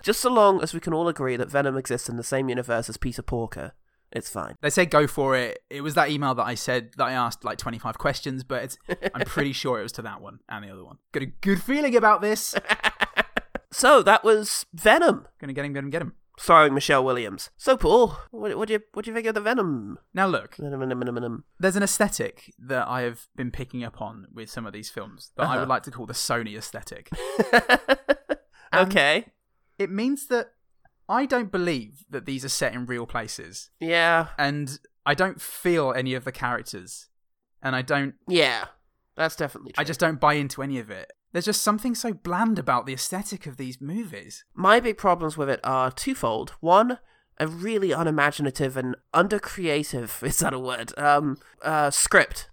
Just so long as we can all agree that Venom exists in the same universe as Peter Porker, it's fine.
They said go for it. It was that email that I said that I asked like 25 questions, but it's, I'm pretty sure it was to that one and the other one. Got a good feeling about this.
So that was Venom.
Gonna get him, get him, get him.
starring Michelle Williams. So Paul, what, what do you what do you think of the Venom?
Now look,
Venom, Venom, Venom, Venom.
there's an aesthetic that I have been picking up on with some of these films that I would like to call the Sony aesthetic.
Um,
And
okay.
It means that I don't believe that these are set in real places,
Yeah.
and I don't feel any of the characters, and I don't
Yeah. That's definitely true.
I just don't buy into any of it. There's just something so bland about the aesthetic of these movies.
my big problems with it are twofold. One, a really unimaginative and undercreative is that a word? Um uh script.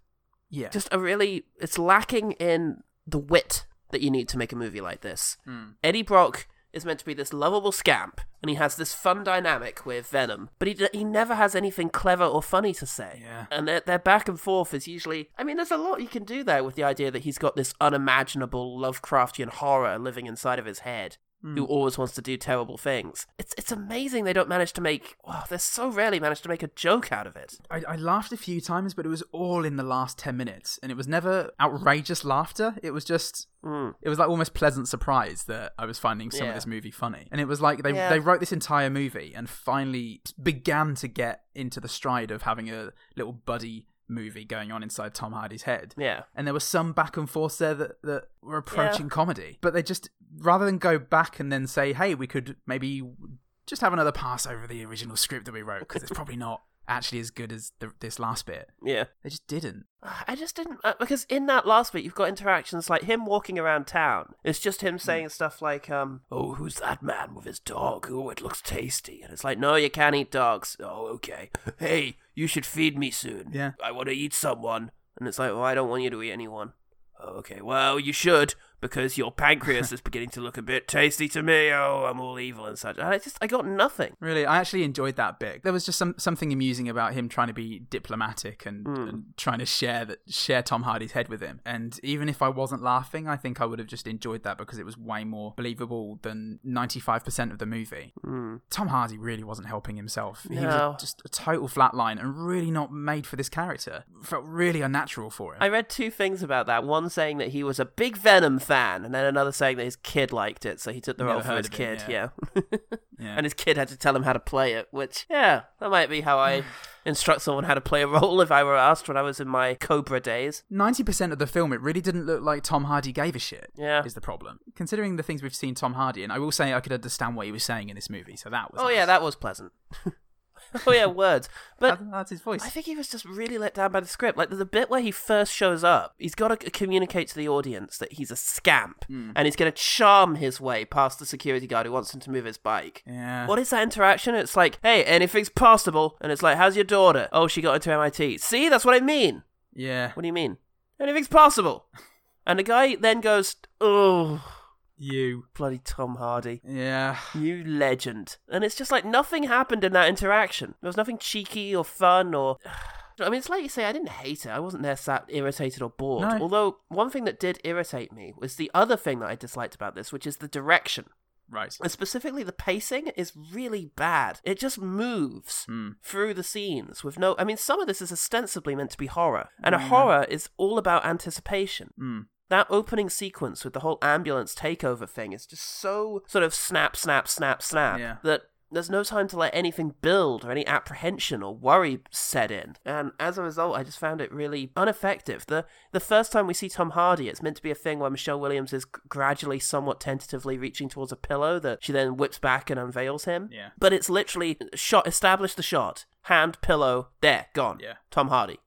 Yeah.
Just a really it's lacking in the wit that you need to make a movie like this. Eddie Brock is meant to be this lovable scamp and he has this fun dynamic with Venom, but he, d- he never has anything clever or funny to say.
Yeah.
And their, their back and forth is usually. I mean, there's a lot you can do there with the idea that he's got this unimaginable Lovecraftian horror living inside of his head. Who always wants to do terrible things? It's it's amazing they don't manage to make. Wow, they so rarely manage to make a joke out of it.
I, I laughed a few times, but it was all in the last 10 minutes. And it was never outrageous laughter. It was just, it was like almost pleasant surprise that I was finding some
Hmm. Yeah.
of this movie funny. And it was like they,
Yeah.
they wrote this entire movie and finally began to get into the stride of having a little buddy movie going on inside Tom Hardy's head.
Yeah.
And there was some back and forth there that, that were approaching comedy. But they just, rather than go back and then say, hey, we could maybe just have another pass over the original script that we wrote because it's probably not actually as good as the, this last bit.
Yeah.
They just didn't.
I just didn't uh, because in that last bit you've got interactions like him walking around town. It's just him saying stuff like, um, "Oh, who's that man with his dog? Oh, it looks tasty." And it's like, "No, you can't eat dogs." Oh, okay. Hey, you should feed me soon.
Yeah.
I want to eat someone. And it's like, "Well, I don't want you to eat anyone." "Oh, Okay. Well, you should, because your pancreas is beginning to look a bit tasty to me. Oh, I'm all evil and such. And I just, I got nothing.
Really, I actually enjoyed that bit. There was just some something amusing about him trying to be diplomatic and,
Hmm.
and trying to share that share Tom Hardy's head with him. And even if I wasn't laughing, I think I would have just enjoyed that because it was way more believable than ninety five percent of the movie. Tom Hardy really wasn't helping himself. He was
Hmm. No.
a, just a total flatline and really not made for this character. Felt really unnatural for him.
I read two things about that. One saying that he was a big Venom fan, and then another saying that his kid liked it, so he took the
Never
role for
heard
his
of him,
kid.
yeah.
yeah.
Yeah.
and his kid had to tell him how to play it, which, yeah, that might be how I instruct someone how to play a role if I were asked when I was in my Cobra days.
Ninety percent of the film, it really didn't look like Tom Hardy gave a shit.
Yeah.
is the problem. Considering the things we've seen Tom Hardy, and I will say I could understand what he was saying in this movie. So that was.
Oh
nice.
yeah, that was pleasant. oh yeah, words. But
That- that's his voice.
I think he was just really let down by the script. Like the bit where he first shows up, he's got to communicate to the audience that he's a scamp and he's going to charm his way past the security guard who wants him to move his bike.
Yeah.
What is that interaction? It's like, hey, anything's possible, and it's like, how's your daughter? Oh, she got into MIT. See, that's what I mean.
yeah.
What do you mean? Anything's possible. And the guy then goes, oh,
You.
bloody Tom Hardy.
Yeah.
You legend. And it's just like nothing happened in that interaction. There was nothing cheeky or fun or. I mean, it's like you say, I didn't hate it. I wasn't there sat irritated or bored.
No.
Although, one thing that did irritate me was the other thing that I disliked about this, which is the direction.
Right.
And specifically, the pacing is really bad. It just moves through the scenes with no. I mean, some of this is ostensibly meant to be horror, and a horror is all about anticipation. That opening sequence with the whole ambulance takeover thing is just so sort of snap, snap, snap, snap
Yeah.
that there's no time to let anything build or any apprehension or worry set in. And as a result, I just found it really ineffective. The the first time we see Tom Hardy, it's meant to be a thing where Michelle Williams is g- gradually, somewhat tentatively reaching towards a pillow that she then whips back and unveils him.
Yeah.
But it's literally shot, establish the shot, hand, pillow, there, gone.
Yeah.
Tom Hardy.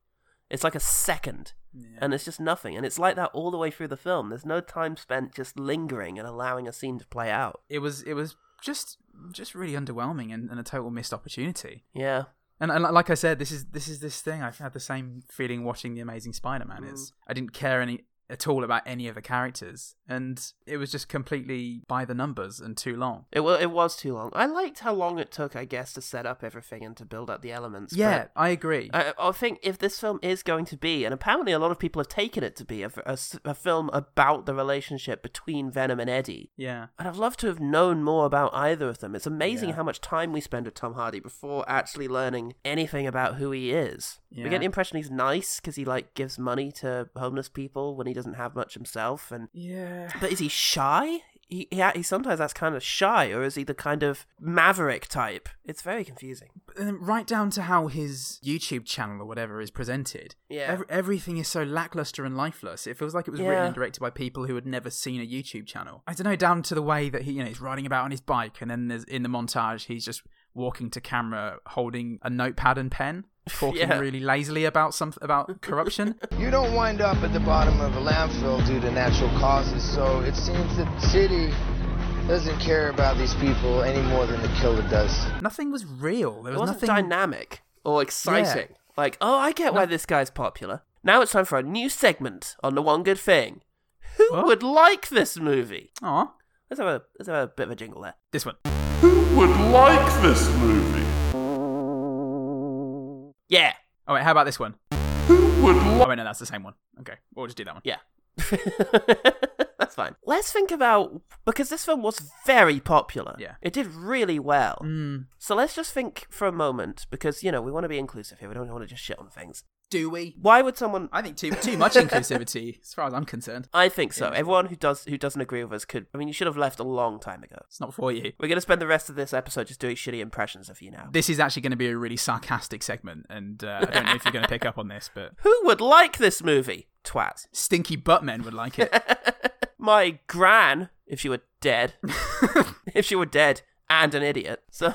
It's like a second. And it's just nothing. And it's like that all the way through the film. There's no time spent just lingering and allowing a scene to play out.
It was. It was just just really underwhelming and, and a total missed opportunity.
Yeah.
And, and like I said, this is this is this thing. I've had the same feeling watching The Amazing Spider-Man. Is
Mm.
I didn't care any at all about any of the characters, and it was just completely by the numbers and too long.
It was, it was too long. I liked how long it took, I guess, to set up everything and to build up the elements.
Yeah,
but
I agree.
I, I think if this film is going to be, and apparently a lot of people have taken it to be, a, a s- a film about the relationship between Venom and Eddie.
yeah.
And I'd love to have known more about either of them. It's amazing
Yeah.
how much time we spend with Tom Hardy before actually learning anything about who he is. We
Yeah.
get the impression he's nice because he like gives money to homeless people when he doesn't have much himself, and
Yeah.
but is he shy? He, he, he sometimes that's kind of shy, or is he the kind of maverick type? It's very confusing.
um, right down to how his YouTube channel or whatever is presented.
Yeah.
ev- everything is so lackluster and lifeless. It feels like it was written
Yeah.
and directed by people who had never seen a YouTube channel. I don't know, down to the way that he, you know, he's riding about on his bike, and then there's in the montage he's just walking to camera holding a notepad and pen, talking
Yeah.
really lazily about some about corruption.
You don't wind up at the bottom of a landfill due to natural causes, so it seems that the city doesn't care about these people any more than the killer does.
nothing was real. There
It
was
wasn't
nothing.
dynamic or exciting. Like, oh, I get why this guy's popular. Now it's time for a new segment on the one good thing. Who
What?
would like this movie?
Aw,
Let's have a let's have a bit of a jingle there.
this one.
Who would like this movie?
Yeah,
Oh wait, how about this one?
Who would
Oh wait, no, that's the same one. Okay, we'll just do that one.
yeah. That's fine. Let's think about because this film was very popular.
Yeah.
It did really well.
Mm.
So let's just think for a moment because you know, we want to be inclusive here. We don't want to just shit on things.
Do we?
Why would someone
I think too too much inclusivity, as far as I'm concerned.
I think so. Everyone who does who doesn't agree with us could I mean, you should have left a long time ago.
It's not for you.
We're going to spend the rest of this episode just doing shitty impressions of you now.
This is actually going to be a really sarcastic segment, and uh, I don't know if you're going to pick up on this, but
Who would like this movie? Twats.
stinky butt men would like it.
My gran, if she were dead, if she were dead and an idiot. So,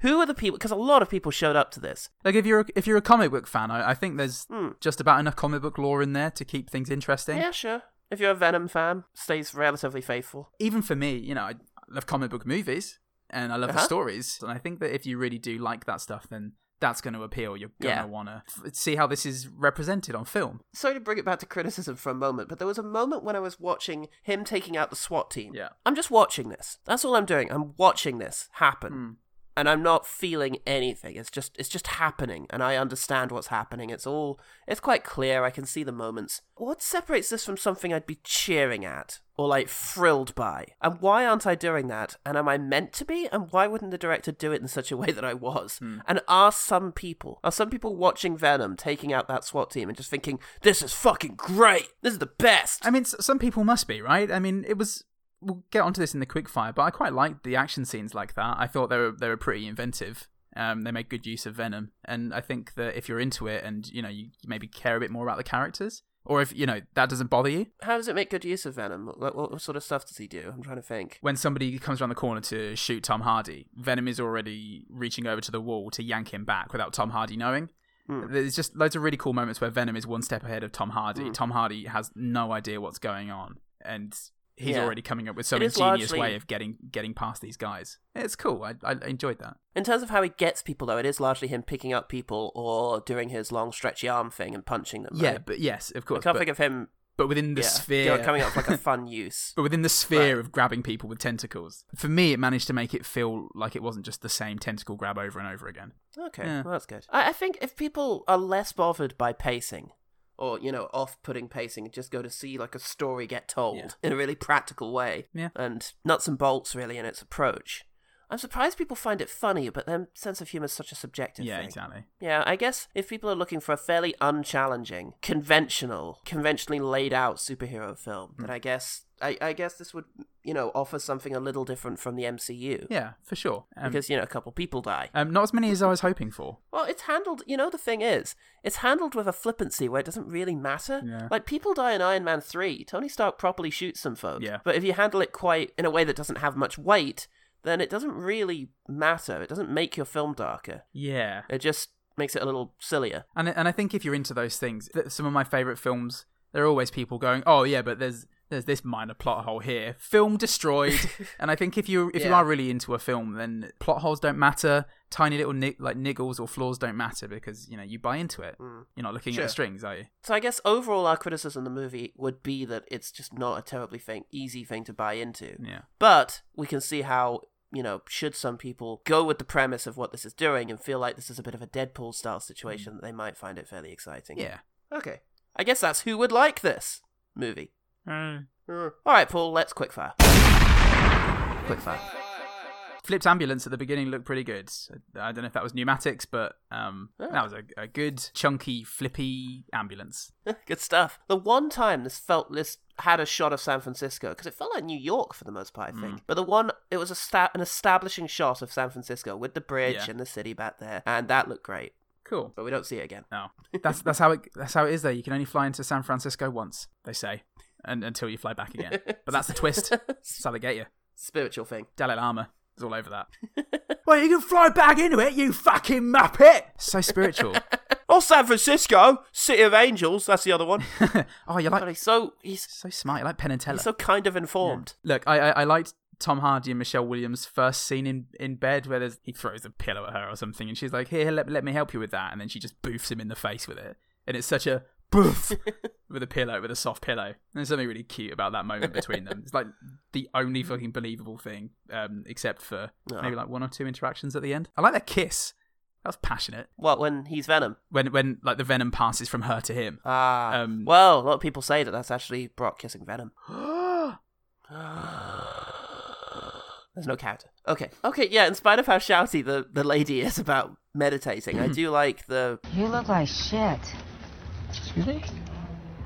who are the people? Because a lot of people showed up to this.
Like if you're a, if you're a comic book fan, I, I think there's just about enough comic book lore in there to keep things interesting.
Hmm. Yeah, sure. If you're a Venom fan, stays relatively faithful.
Even for me, you know, I love comic book movies and I love
Uh-huh.
the stories, and I think that if you really do like that stuff, then that's going to appeal. You're going to
Yeah.
want to f- see how this is represented on film.
Sorry to bring it back to criticism for a moment, but there was a moment when I was watching him taking out the SWAT team.
Yeah.
I'm just watching this. That's all I'm doing. I'm watching this happen. And I'm not feeling anything. It's just it's just happening and I understand what's happening. It's all it's quite clear. I can see the moments. What separates this from something I'd be cheering at or like thrilled by? And why aren't I doing that? And am I meant to be? And why wouldn't the director do it in such a way that I was?
Hmm.
And are some people are some people watching Venom taking out that SWAT team and just thinking, This is fucking great. This is the best.
I mean, s- some people must be right. I mean, it was. We'll get onto this in the quickfire, but I quite liked the action scenes like that. I thought they were they were pretty inventive. Um, they made good use of Venom, and I think that if you're into it and you know you maybe care a bit more about the characters, or if you know that doesn't bother you,
How does it make good use of Venom? What, what, what sort of stuff does he do? I'm trying to think.
when somebody comes around the corner to shoot Tom Hardy, Venom is already reaching over to the wall to yank him back without Tom Hardy knowing.
Hmm.
There's just loads of really cool moments where Venom is one step ahead of Tom Hardy. Tom Hardy has no idea what's going on, and he's
Yeah.
already coming up with some
It is
ingenious
largely-
way of getting getting past these guys. It's cool. I, I enjoyed that.
In terms of how he gets people, though, it is largely him picking up people or doing his long stretchy arm thing and punching them.
Yeah,
right?
but yes, of
I
course.
can't
But,
think of him
but within the
yeah,
sphere,
coming up with, like a fun use.
But within the sphere of grabbing people with tentacles, for me, it managed to make it feel like it wasn't just the same tentacle grab over and over again.
Okay,
Yeah.
well, that's good. I, I think if people are less bothered by pacing or, you know, off putting pacing and just go to see like a story get told
Yeah.
in a really practical way
Yeah.
and nuts and bolts really in its approach. I'm surprised people find it funny, but their sense of humor is such a subjective
yeah,
thing.
exactly.
Yeah, I guess if people are looking for a fairly unchallenging, conventional, conventionally laid out superhero film,
Hmm.
then I guess I, I guess this would you know offer something a little different from the MCU
Yeah, for sure. Um,
because you know a couple people die.
um, not as many as I was hoping for.
Well, it's handled. You know, the thing is, it's handled with a flippancy where it doesn't really matter.
Yeah.
Like people die in Iron Man three. Tony Stark properly shoots some folks.
Yeah.
But if you handle it quite in a way that doesn't have much weight, then it doesn't really matter. It doesn't make your film darker.
Yeah,
It just makes it a little sillier.
and and I think if you're into those things, th- some of my favorite films, there are always people going, "Oh yeah, but there's there's this minor plot hole here." Film destroyed. and I think if you if you
Yeah.
are really into a film, then plot holes don't matter. Tiny little ni- like niggles or flaws don't matter because you know you buy into it. You're not looking at
Mm. Sure.
the strings, are you?
So I guess overall, our criticism of the movie would be that it's just not a terribly thing, easy thing to buy into.
Yeah.
But we can see how you know should some people go with the premise of what this is doing and feel like this is a bit of a Deadpool style situation, that they might find it fairly exciting.
Mm. Yeah.
Okay. I guess that's who would like this movie.
Mm.
Mm. All right, Paul. Let's quickfire. Quickfire.
Flipped ambulance at the beginning looked pretty good. I don't know if that was pneumatics, but um,
Ah.
that was a, a good chunky flippy ambulance.
Good stuff. The one time this felt this had a shot of San Francisco because it felt like New York for the most part, I think. But the one it was a sta- an establishing shot of San Francisco with the bridge
Yeah.
and the city back there, and that looked great.
Cool.
But we don't see it again.
No, that's that's how it that's how it is. There, you can only fly into San Francisco once, they say, and until you fly back again. But that's the twist. That's how they get you.
Spiritual thing.
Dalai Lama is all over that. well, you can fly back into it, you fucking muppet. So spiritual.
Oh, San Francisco, City of Angels. That's the other one.
oh, you're
God,
like
he's so he's,
so smart. You're like Penn and Teller.
he's so kind of informed.
Look, I, I I liked Tom Hardy and Michelle Williams' first scene in, in bed where there's, he throws a pillow at her or something, and she's like, "Here, let, let me help you with that," and then she just boofs him in the face with it, and it's such a boof with a pillow, with a soft pillow. And there's something really cute about that moment between them. It's like the only fucking believable thing, um, except for maybe like one or two interactions at the end. I like that kiss. That was passionate.
What when he's Venom?
When when like the venom passes from her to him.
Ah,
Um,
well, a lot of people say that that's actually Brock kissing Venom. There's no counter. Okay, okay, yeah. In spite of how shouty the, the lady is about meditating, I do like the
You look like shit.
Excuse me?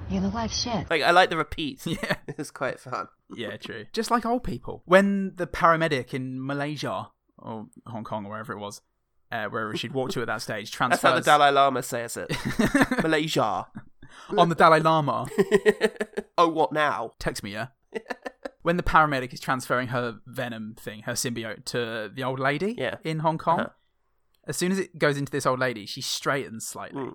You look like shit.
like I like the repeat.
yeah.
it's quite fun.
Yeah, true. Just like old people. When the paramedic in Malaysia or Hong Kong or wherever it was, uh, wherever she'd walked to at that stage,
That's
transfers
how the Dalai Lama says it. Malaysia.
on the Dalai Lama.
oh, what now?
Text me, yeah. When the paramedic is transferring her venom thing, her symbiote, to the old lady
Yeah.
in Hong Kong,
Uh-huh.
as soon as it goes into this old lady, she straightens slightly.
Hmm.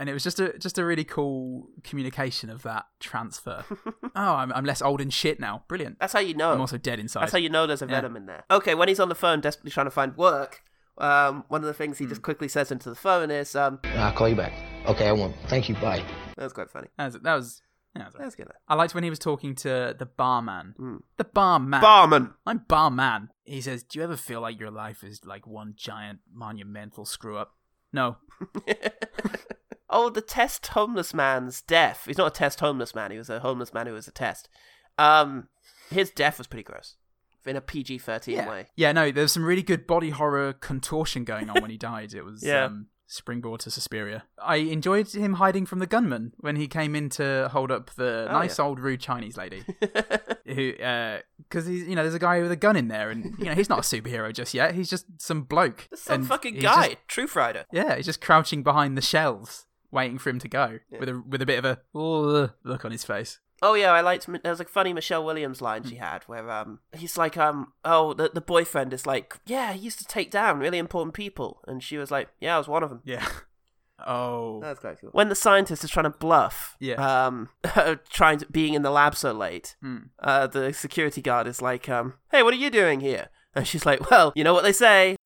And it was just a just a really cool communication of that transfer. oh, I'm, I'm less old and shit now. Brilliant.
That's how you know.
I'm also dead inside.
That's how you know there's a
Yeah.
venom in there. Okay, when he's on the phone desperately trying to find work, Um, one of the things he just quickly says into the phone is, um,
I'll call you back. Okay, I won't. Thank you. Bye.
that was quite funny.
That was. That was, yeah, that was
That
all right.
was good. Hmm.
I liked when he was talking to the barman. The barman.
Barman!
I'm barman. He says, "Do you ever feel like your life is like one giant monumental screw up?" No.
Oh, the test homeless man's death. He's not a test homeless man. He was a homeless man who was a test. Um, his death was pretty gross, in a PG thirteen way.
Yeah, no, there's some really good body horror contortion going on when he died. It was
Yeah.
um, springboard to Suspiria. I enjoyed him hiding from the gunman when he came in to hold up the
Oh,
nice old rude Chinese lady. who, because he's you know, there's a guy with a gun in there, and you know, he's not a superhero just yet. He's just some bloke.
Some
And
fucking
he's just-
guy, Truth Rider.
yeah, he's just crouching behind the shelves. Waiting for him to go with a with a bit of a "Ugh" look on his face.
Oh yeah, I liked. There's a funny Michelle Williams line she had where um he's like um oh the the boyfriend is like yeah he used to take down really important people and she was like yeah I was one of them.
Yeah. Oh.
That's quite cool. When the scientist is trying to bluff,
Yeah.
um, trying to being in the lab so late,
Hmm.
uh, the security guard is like, um, "Hey, what are you doing here?" And she's like, "Well, you know what they say."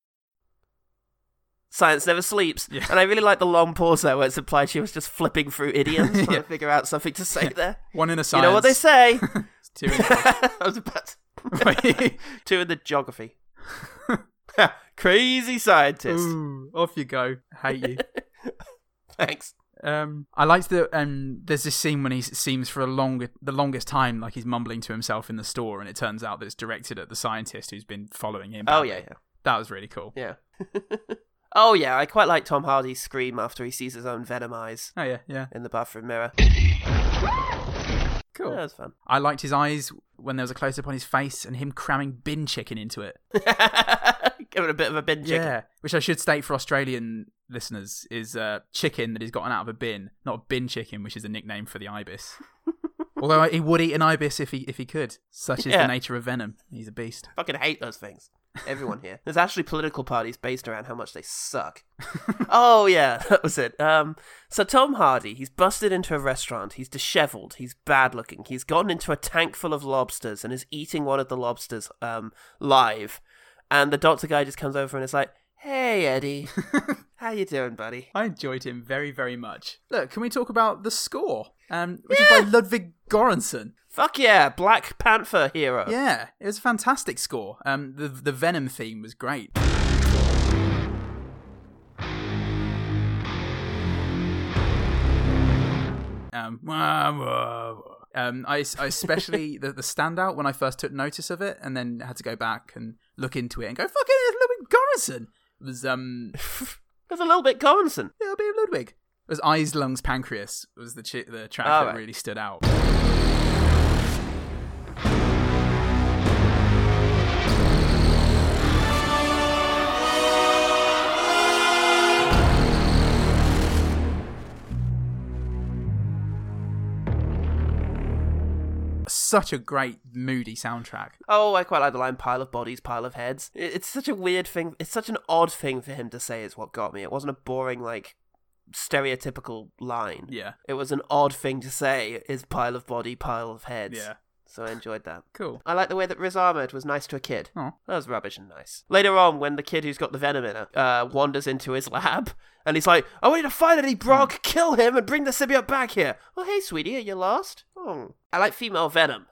Science never sleeps,
Yeah.
and I really like the long pause there where it's implied she was just flipping through idioms trying to figure out something to say there.
One in a
You
science.
know what they say.
Two in a-
I was about to...
Wait.
two in the geography. Crazy scientist.
Ooh, off you go. Hate you.
Thanks.
Um, I liked that. Um, there's this scene when he s- seems for a longer, the longest time, like he's mumbling to himself in the store, and it turns out that it's directed at the scientist who's been following him.
Oh
back.
yeah, yeah.
that was really cool.
Yeah. oh yeah, I quite like Tom Hardy's scream after he sees his own venom eyes
Oh yeah, yeah,
in the bathroom mirror.
cool.
That was fun.
I liked his eyes when there was a close up on his face and him cramming bin chicken into it.
Give it a bit of a bin chicken.
Yeah, which I should state for Australian listeners is uh, chicken that he's gotten out of a bin, not bin chicken, which is a nickname for the ibis. Although he would eat an ibis if he if he could. Such is
Yeah.
the nature of venom. He's a beast.
Fucking hate those things. Everyone here. There's actually political parties based around how much they suck. oh yeah, that was it. Um, so Tom Hardy, he's busted into a restaurant. He's dishevelled. He's bad looking. He's gotten into a tank full of lobsters and is eating one of the lobsters um live. And the doctor guy just comes over and is like, "Hey Eddie, how you doing, buddy?"
I enjoyed him very, very much. Look, can we talk about the score? Um, which is by Ludwig Göransson.
Fuck yeah, Black Panther hero.
Yeah, it was a fantastic score. Um, the the Venom theme was great. Um, wah, wah, wah. um I, I especially the, the standout when I first took notice of it, and then had to go back and look into it and go, "Fucking Ludwig Göransson was um
It was a little bit Goranson.
It'll be Ludwig. It was Eyes, Lungs, Pancreas was the chi- the track
All
that
right.
really stood out. Such a great moody soundtrack.
Oh, I quite like the line pile of bodies, pile of heads. It- It's such a weird thing. It's such an odd thing for him to say, is what got me. It wasn't a boring, like, stereotypical line.
Yeah.
It was an odd thing to say, is pile of body, pile of heads.
Yeah.
So I enjoyed that.
Cool.
I like the way that Riz Ahmed was nice to a kid.
Oh.
That was rubbish and nice. Later on, when the kid who's got the venom in her uh, wanders into his lab, and he's like, I want you to find Eddie Brock, kill him, and bring the symbiote back here. Well, hey, sweetie, are you lost? Oh. I like female venom.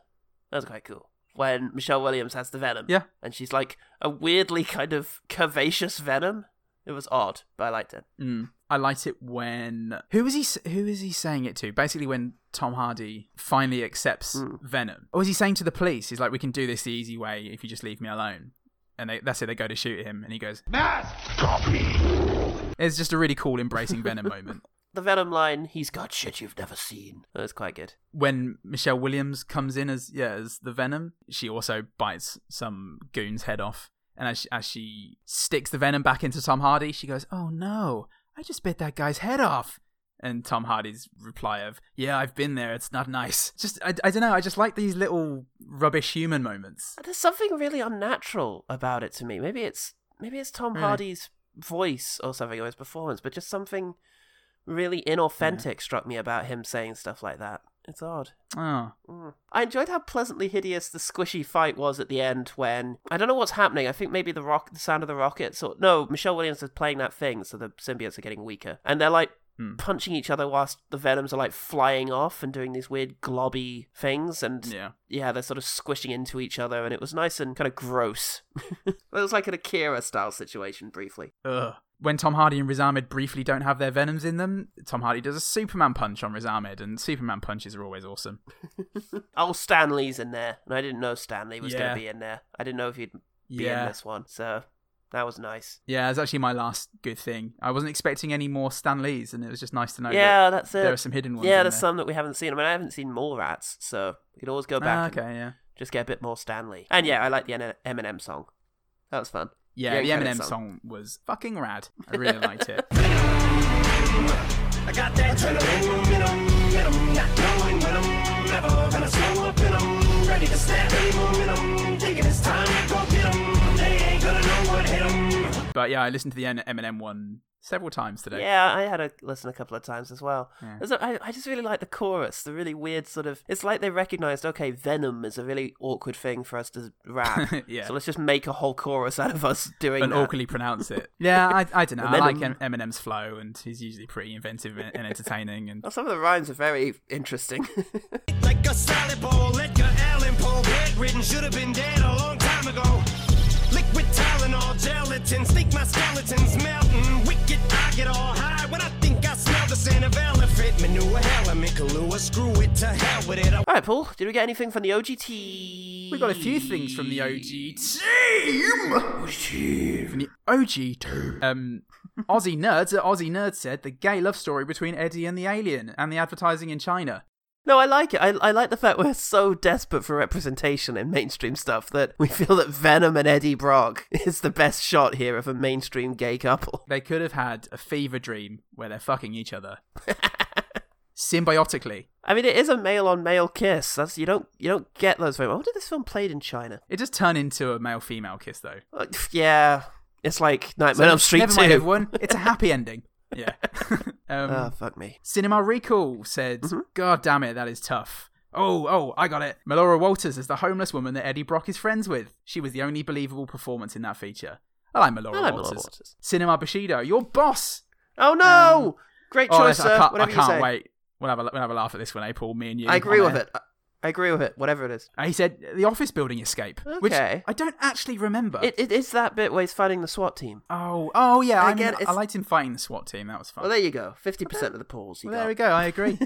That was quite cool. When Michelle Williams has the venom.
Yeah.
And she's like a weirdly kind of curvaceous venom. It was odd, but I liked it.
Mm. I liked it when who is he? s- Who is he saying it to? Basically, when Tom Hardy finally accepts Venom, or is he saying to the police? He's like, "We can do this the easy way if you just leave me alone." And they, that's it. They go to shoot him, and he goes,
Copy.
"It's just a really cool embracing Venom moment."
The venom line, he's got shit you've never seen. That was quite good.
When Michelle Williams comes in as yeah as the Venom, she also bites some goon's head off, and as she, as she sticks the Venom back into Tom Hardy, she goes, "Oh no, I just bit that guy's head off." and Tom Hardy's reply of "Yeah, I've been there. It's not nice." Just I, I don't know. I just like these little rubbish human moments.
There's something really unnatural about it to me. Maybe it's maybe it's Tom
Really?
Hardy's voice or something or his performance, but just something really inauthentic struck me about him saying stuff like that. It's odd.
Oh.
I enjoyed how pleasantly hideous the squishy fight was at the end when I don't know what's happening. I think maybe the rock the sound of the rockets or no, Michelle Williams is playing that thing, so the symbiotes are getting weaker. And they're like punching each other whilst the venoms are like flying off and doing these weird globby things and
Yeah.
yeah, they're sort of squishing into each other and it was nice and kind of gross. it was like an Akira style situation briefly.
Ugh. When Tom Hardy and Riz Ahmed briefly don't have their venoms in them, Tom Hardy does a Superman punch on Riz Ahmed, and Superman punches are always awesome.
Oh, Stan Lee's in there. And I didn't know Stan Lee was
Yeah.
gonna be in there. I didn't know if he'd be in
Yeah,
this one. So that was nice.
yeah, it's actually my last good thing. I wasn't expecting any more Stan Lees, and it was just nice to know.
yeah,
that
that's it.
there are some hidden ones.
Yeah,
in
there's
there.
some that we haven't seen. I mean, I haven't seen more rats, so we could always go back. and
Ah, okay, yeah.
Just get a bit more Stanley. And yeah, I like the N- Eminem song. That was fun.
Yeah,
Yeah, kinda
the Eminem
some.
song was fucking rad. I really liked it.
I got that adrenaline momentum, momentum, not knowing when I'm never gonna slow up and I'm ready to snap any momentum. Thinking it's time to go get 'em. They ain't gonna know what hit 'em.
But yeah, I listened to the N- Eminem one several times today.
Yeah, I had a listen a couple of times as well.
Yeah.
There's a- I I just really like the chorus, the really weird sort of. It's like they recognized, okay, Venom is a really awkward thing for us to rap.
Yeah.
So let's just make a whole chorus out of us doing
and
that.
awkwardly pronounce it. Yeah, I, I don't know. I like
Eminem.
Em- Eminem's flow, and he's usually pretty inventive and, and entertaining. And
Well, Some of the rhymes are very interesting.
Like a salad bowl, let your Allen pole bedridden. Should have been dead a long time ago. Liquid Tylenol, gelatin, sneak my skeletons melting. Wicked, I get all high when I think I smell the scent of elephant manure. Element Kahlua, screw it to hell with it.
All right, Paul, did we get anything from the OGT?
we got a few things from the OG team. From the OG team. Um, Aussie nerds at Aussie Nerd said the gay love story between Eddie and the alien, and the advertising in China.
No, I like it. I, I like the fact we're so desperate for representation in mainstream stuff that we feel that Venom and Eddie Brock is the best shot here of a mainstream gay couple.
They could have had a fever dream where they're fucking each other symbiotically.
I mean, it is a male on male kiss. That's you don't you don't get those very. much. I wonder if this film played in China.
It just turned into a male female kiss though.
Uh, yeah, it's like Nightmare on Elm Street
Never mind,
too.
everyone. It's a happy ending. Yeah. um,
Ah, fuck me.
Cinema Recall said,
Mm-hmm.
God damn it, that is tough. Oh, oh, I got it. Melora Walters is the homeless woman that Eddie Brock is friends with. She was the only believable performance in that feature. I like Melora,
I like Melora
Walters.
Walters.
Cinema Bushido, your boss.
Oh no! Great
oh,
choice,
yes,
sir.
I can't, I
Whatever
can't
you say.
wait. We'll have, a, we'll have a laugh at this one, eh, Paul? Me and you.
I agree
on
with
air.
it. I- I agree with it. Whatever it is.
Uh, He said the office building escape, which
Okay.
I don't actually remember.
It, it is that bit where he's fighting the SWAT team.
oh, oh yeah,
I
I, mean,
get it.
I liked him fighting the SWAT team. That was fun.
Well, there you go. Fifty percent of the polls. You
Well, there we
got.
go. I agree.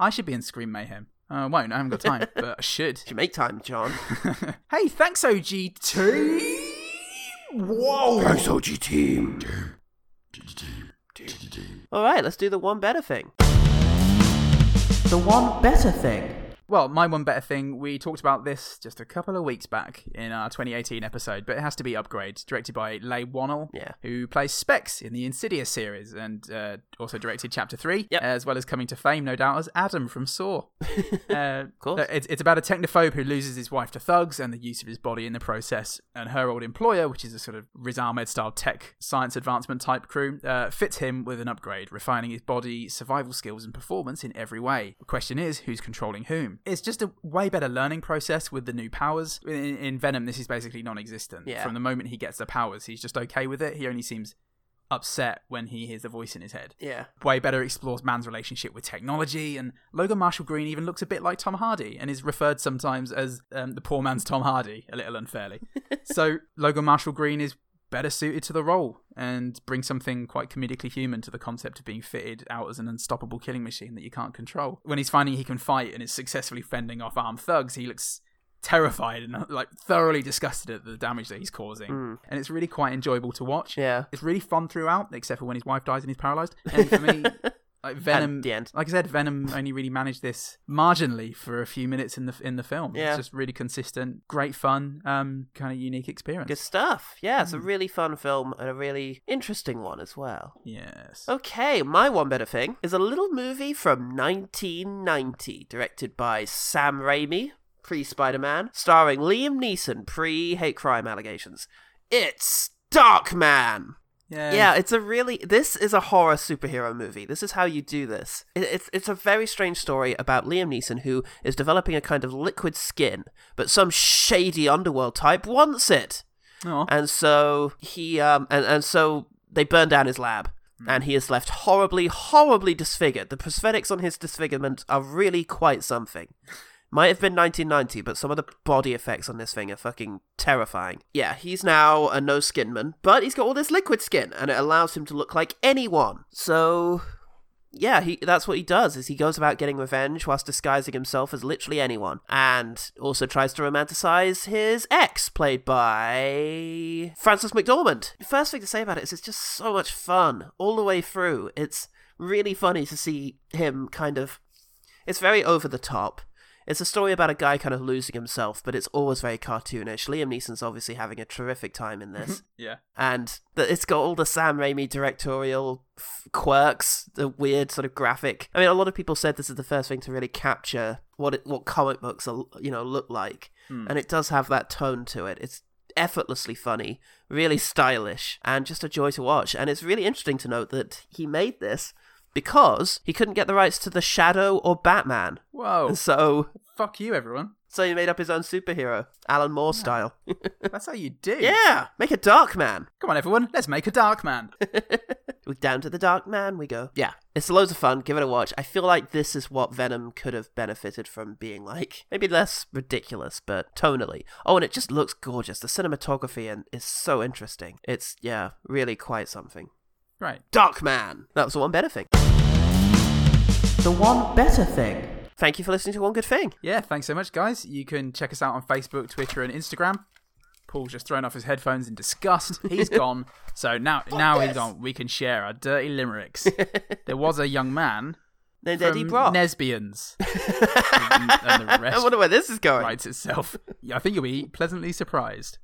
I should be in Scream Mayhem. I won't. I haven't got time, but I should.
You make time, John.
hey, thanks, OGT. Whoa.
Thanks, OG team.
All right, let's do the one better thing. The one better thing.
Well, my one better thing, we talked about this just a couple of weeks back in our 2018 episode, but it has to be Upgrade, directed by Leigh Whannell,
Yeah.
who plays Specs in the Insidious series and uh, also directed Chapter 3,
Yep.
as well as coming to fame, no doubt, as Adam from Saw. uh,
course.
It's, it's about a technophobe who loses his wife to thugs and the use of his body in the process, and her old employer, which is a sort of Riz Ahmed style tech science advancement type crew, uh, fits him with an upgrade, refining his body, survival skills, and performance in every way. The question is, who's controlling whom? It's just a way better learning process with the new powers. In, in Venom, this is basically non existent.
Yeah.
From the moment he gets the powers, he's just okay with it. He only seems upset when he hears a voice in his head
Yeah.
way better explores man's relationship with technology, and Logan Marshall Green even looks a bit like Tom Hardy and is referred sometimes as um, the poor man's Tom Hardy, a little unfairly. so Logan Marshall Green is better suited to the role and brings something quite comedically human to the concept of being fitted out as an unstoppable killing machine that you can't control. When he's finding he can fight and is successfully fending off armed thugs, he looks terrified and uh, like thoroughly disgusted at the damage that he's causing and it's really quite enjoyable to watch
Hmm. Yeah.
it's really fun throughout, except for when his wife dies and he's paralyzed. And for me, like Venom,
At the end.
like I said, Venom only really managed this marginally for a few minutes in the in the film.
Yeah.
It's just really consistent, great fun, um, kind of unique experience.
Good stuff. Yeah,
Hmm.
it's a really fun film and a really interesting one as well.
Yes.
Okay, my one better thing is a little movie from 1990, directed by Sam Raimi, pre Spider Man, starring Liam Neeson, pre hate crime allegations. It's Dark Man.
Yeah.
Yeah, it's a really this is a horror superhero movie. This is how you do this. It, it's it's a very strange story about Liam Neeson who is developing a kind of liquid skin, but some shady underworld type wants it,
Aw.
and so he um and, and so they burn down his lab. And he is left horribly, horribly disfigured. The prosthetics on his disfigurement are really quite something. Might have been 1990, but some of the body effects on this thing are fucking terrifying. Yeah, he's now a no skin man, but he's got all this liquid skin, and it allows him to look like anyone. So, yeah, he that's what he does. Is he goes about getting revenge whilst disguising himself as literally anyone, and also tries to romanticize his ex, played by Francis McDormand. First thing to say about it is it's just so much fun all the way through. It's really funny to see him kind of it's very over the top. It's a story about a guy kind of losing himself, but it's always very cartoonish. Liam Neeson's obviously having a terrific time in this.
Yeah.
and that it's got all the Sam Raimi directorial f- quirks, the weird sort of graphic. I mean, a lot of people said this is the first thing to really capture what it, what comic books are, you know look like, and it does have that tone to it. It's effortlessly funny, really stylish, and just a joy to watch. And it's really interesting to note that he made this because he couldn't get the rights to the Shadow or Batman.
Whoa.
And so
Fuck you, everyone.
so he made up his own superhero, Alan Moore style.
That's how you do.
yeah, make a dark man.
Come on, everyone. Let's make a dark man.
We down to the dark man we go. Yeah, it's loads of fun. Give it a watch. I feel like this is what Venom could have benefited from being like maybe less ridiculous, but tonally. Oh, and it just looks gorgeous. The cinematography and is so interesting. It's yeah, really quite something.
right.
Dark Man. That was the one better thing. The one better thing. Thank you for listening to One Good Thing.
Yeah, thanks so much, guys. You can check us out on Facebook, Twitter, and Instagram. Paul's just thrown off his headphones in disgust. He's gone. So now, now he's gone. We can share our dirty limericks. there was a young man
No, Daddy
from
Brock.
Nesbians, and, and the
I
rest
wonder where this is going.
writes itself. Yeah, I think you'll be pleasantly surprised.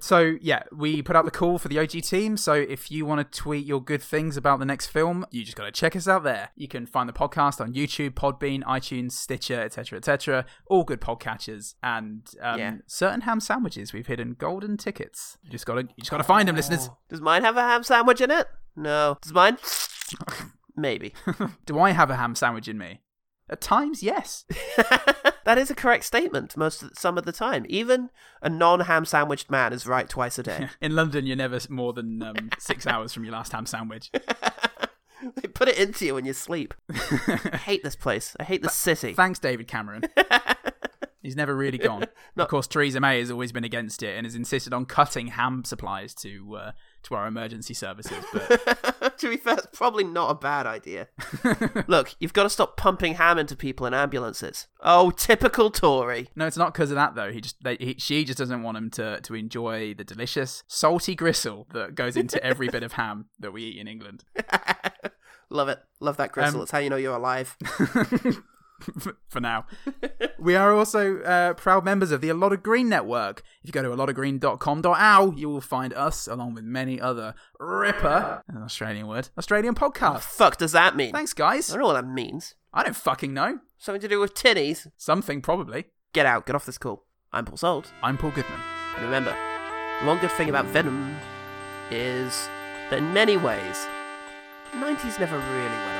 so yeah, we put out the call for the OG team. So if you want to tweet your good things about the next film, you just got to check us out there. You can find the podcast on YouTube, Podbean, iTunes, Stitcher, etc., etc. All good podcatchers and um,
Yeah.
certain ham sandwiches. We've hidden golden tickets. You just got to you just got to find them, listeners.
Does mine have a ham sandwich in it? No. Does mine? Maybe.
Do I have a ham sandwich in me? At times, yes.
that is a correct statement most of, some of the time. Even a non-ham sandwiched man is right twice a day.
In London, you're never more than um, six hours from your last ham sandwich.
they put it into you when you sleep. I hate this place. I hate this city.
Thanks, David Cameron. He's never really gone. Of course, Theresa May has always been against it and has insisted on cutting ham supplies to uh, to our emergency services. But
to be fair, it's probably not a bad idea. Look, you've got to stop pumping ham into people in ambulances. Oh, typical Tory.
no, it's not because of that though. He just they, he, she just doesn't want him to to enjoy the delicious salty gristle that goes into every bit of ham that we eat in England.
Love it. Love that gristle.
Um,
it's how you know you're alive.
for now. we are also uh, proud members of the A Lot of Green Network. If you go to alotofgreen.com.au, you will find us along with many other ripper, an Australian word, Australian podcasts.
Fuck does that mean?
Thanks,
I
guys.
don't know what that means.
I don't fucking know.
Something to do with tinnies.
Something probably.
Get out. Get off this call. I'm Paul Sold.
I'm Paul Goodman.
And remember, the one good thing about Venom is that in many ways, the 90s never really went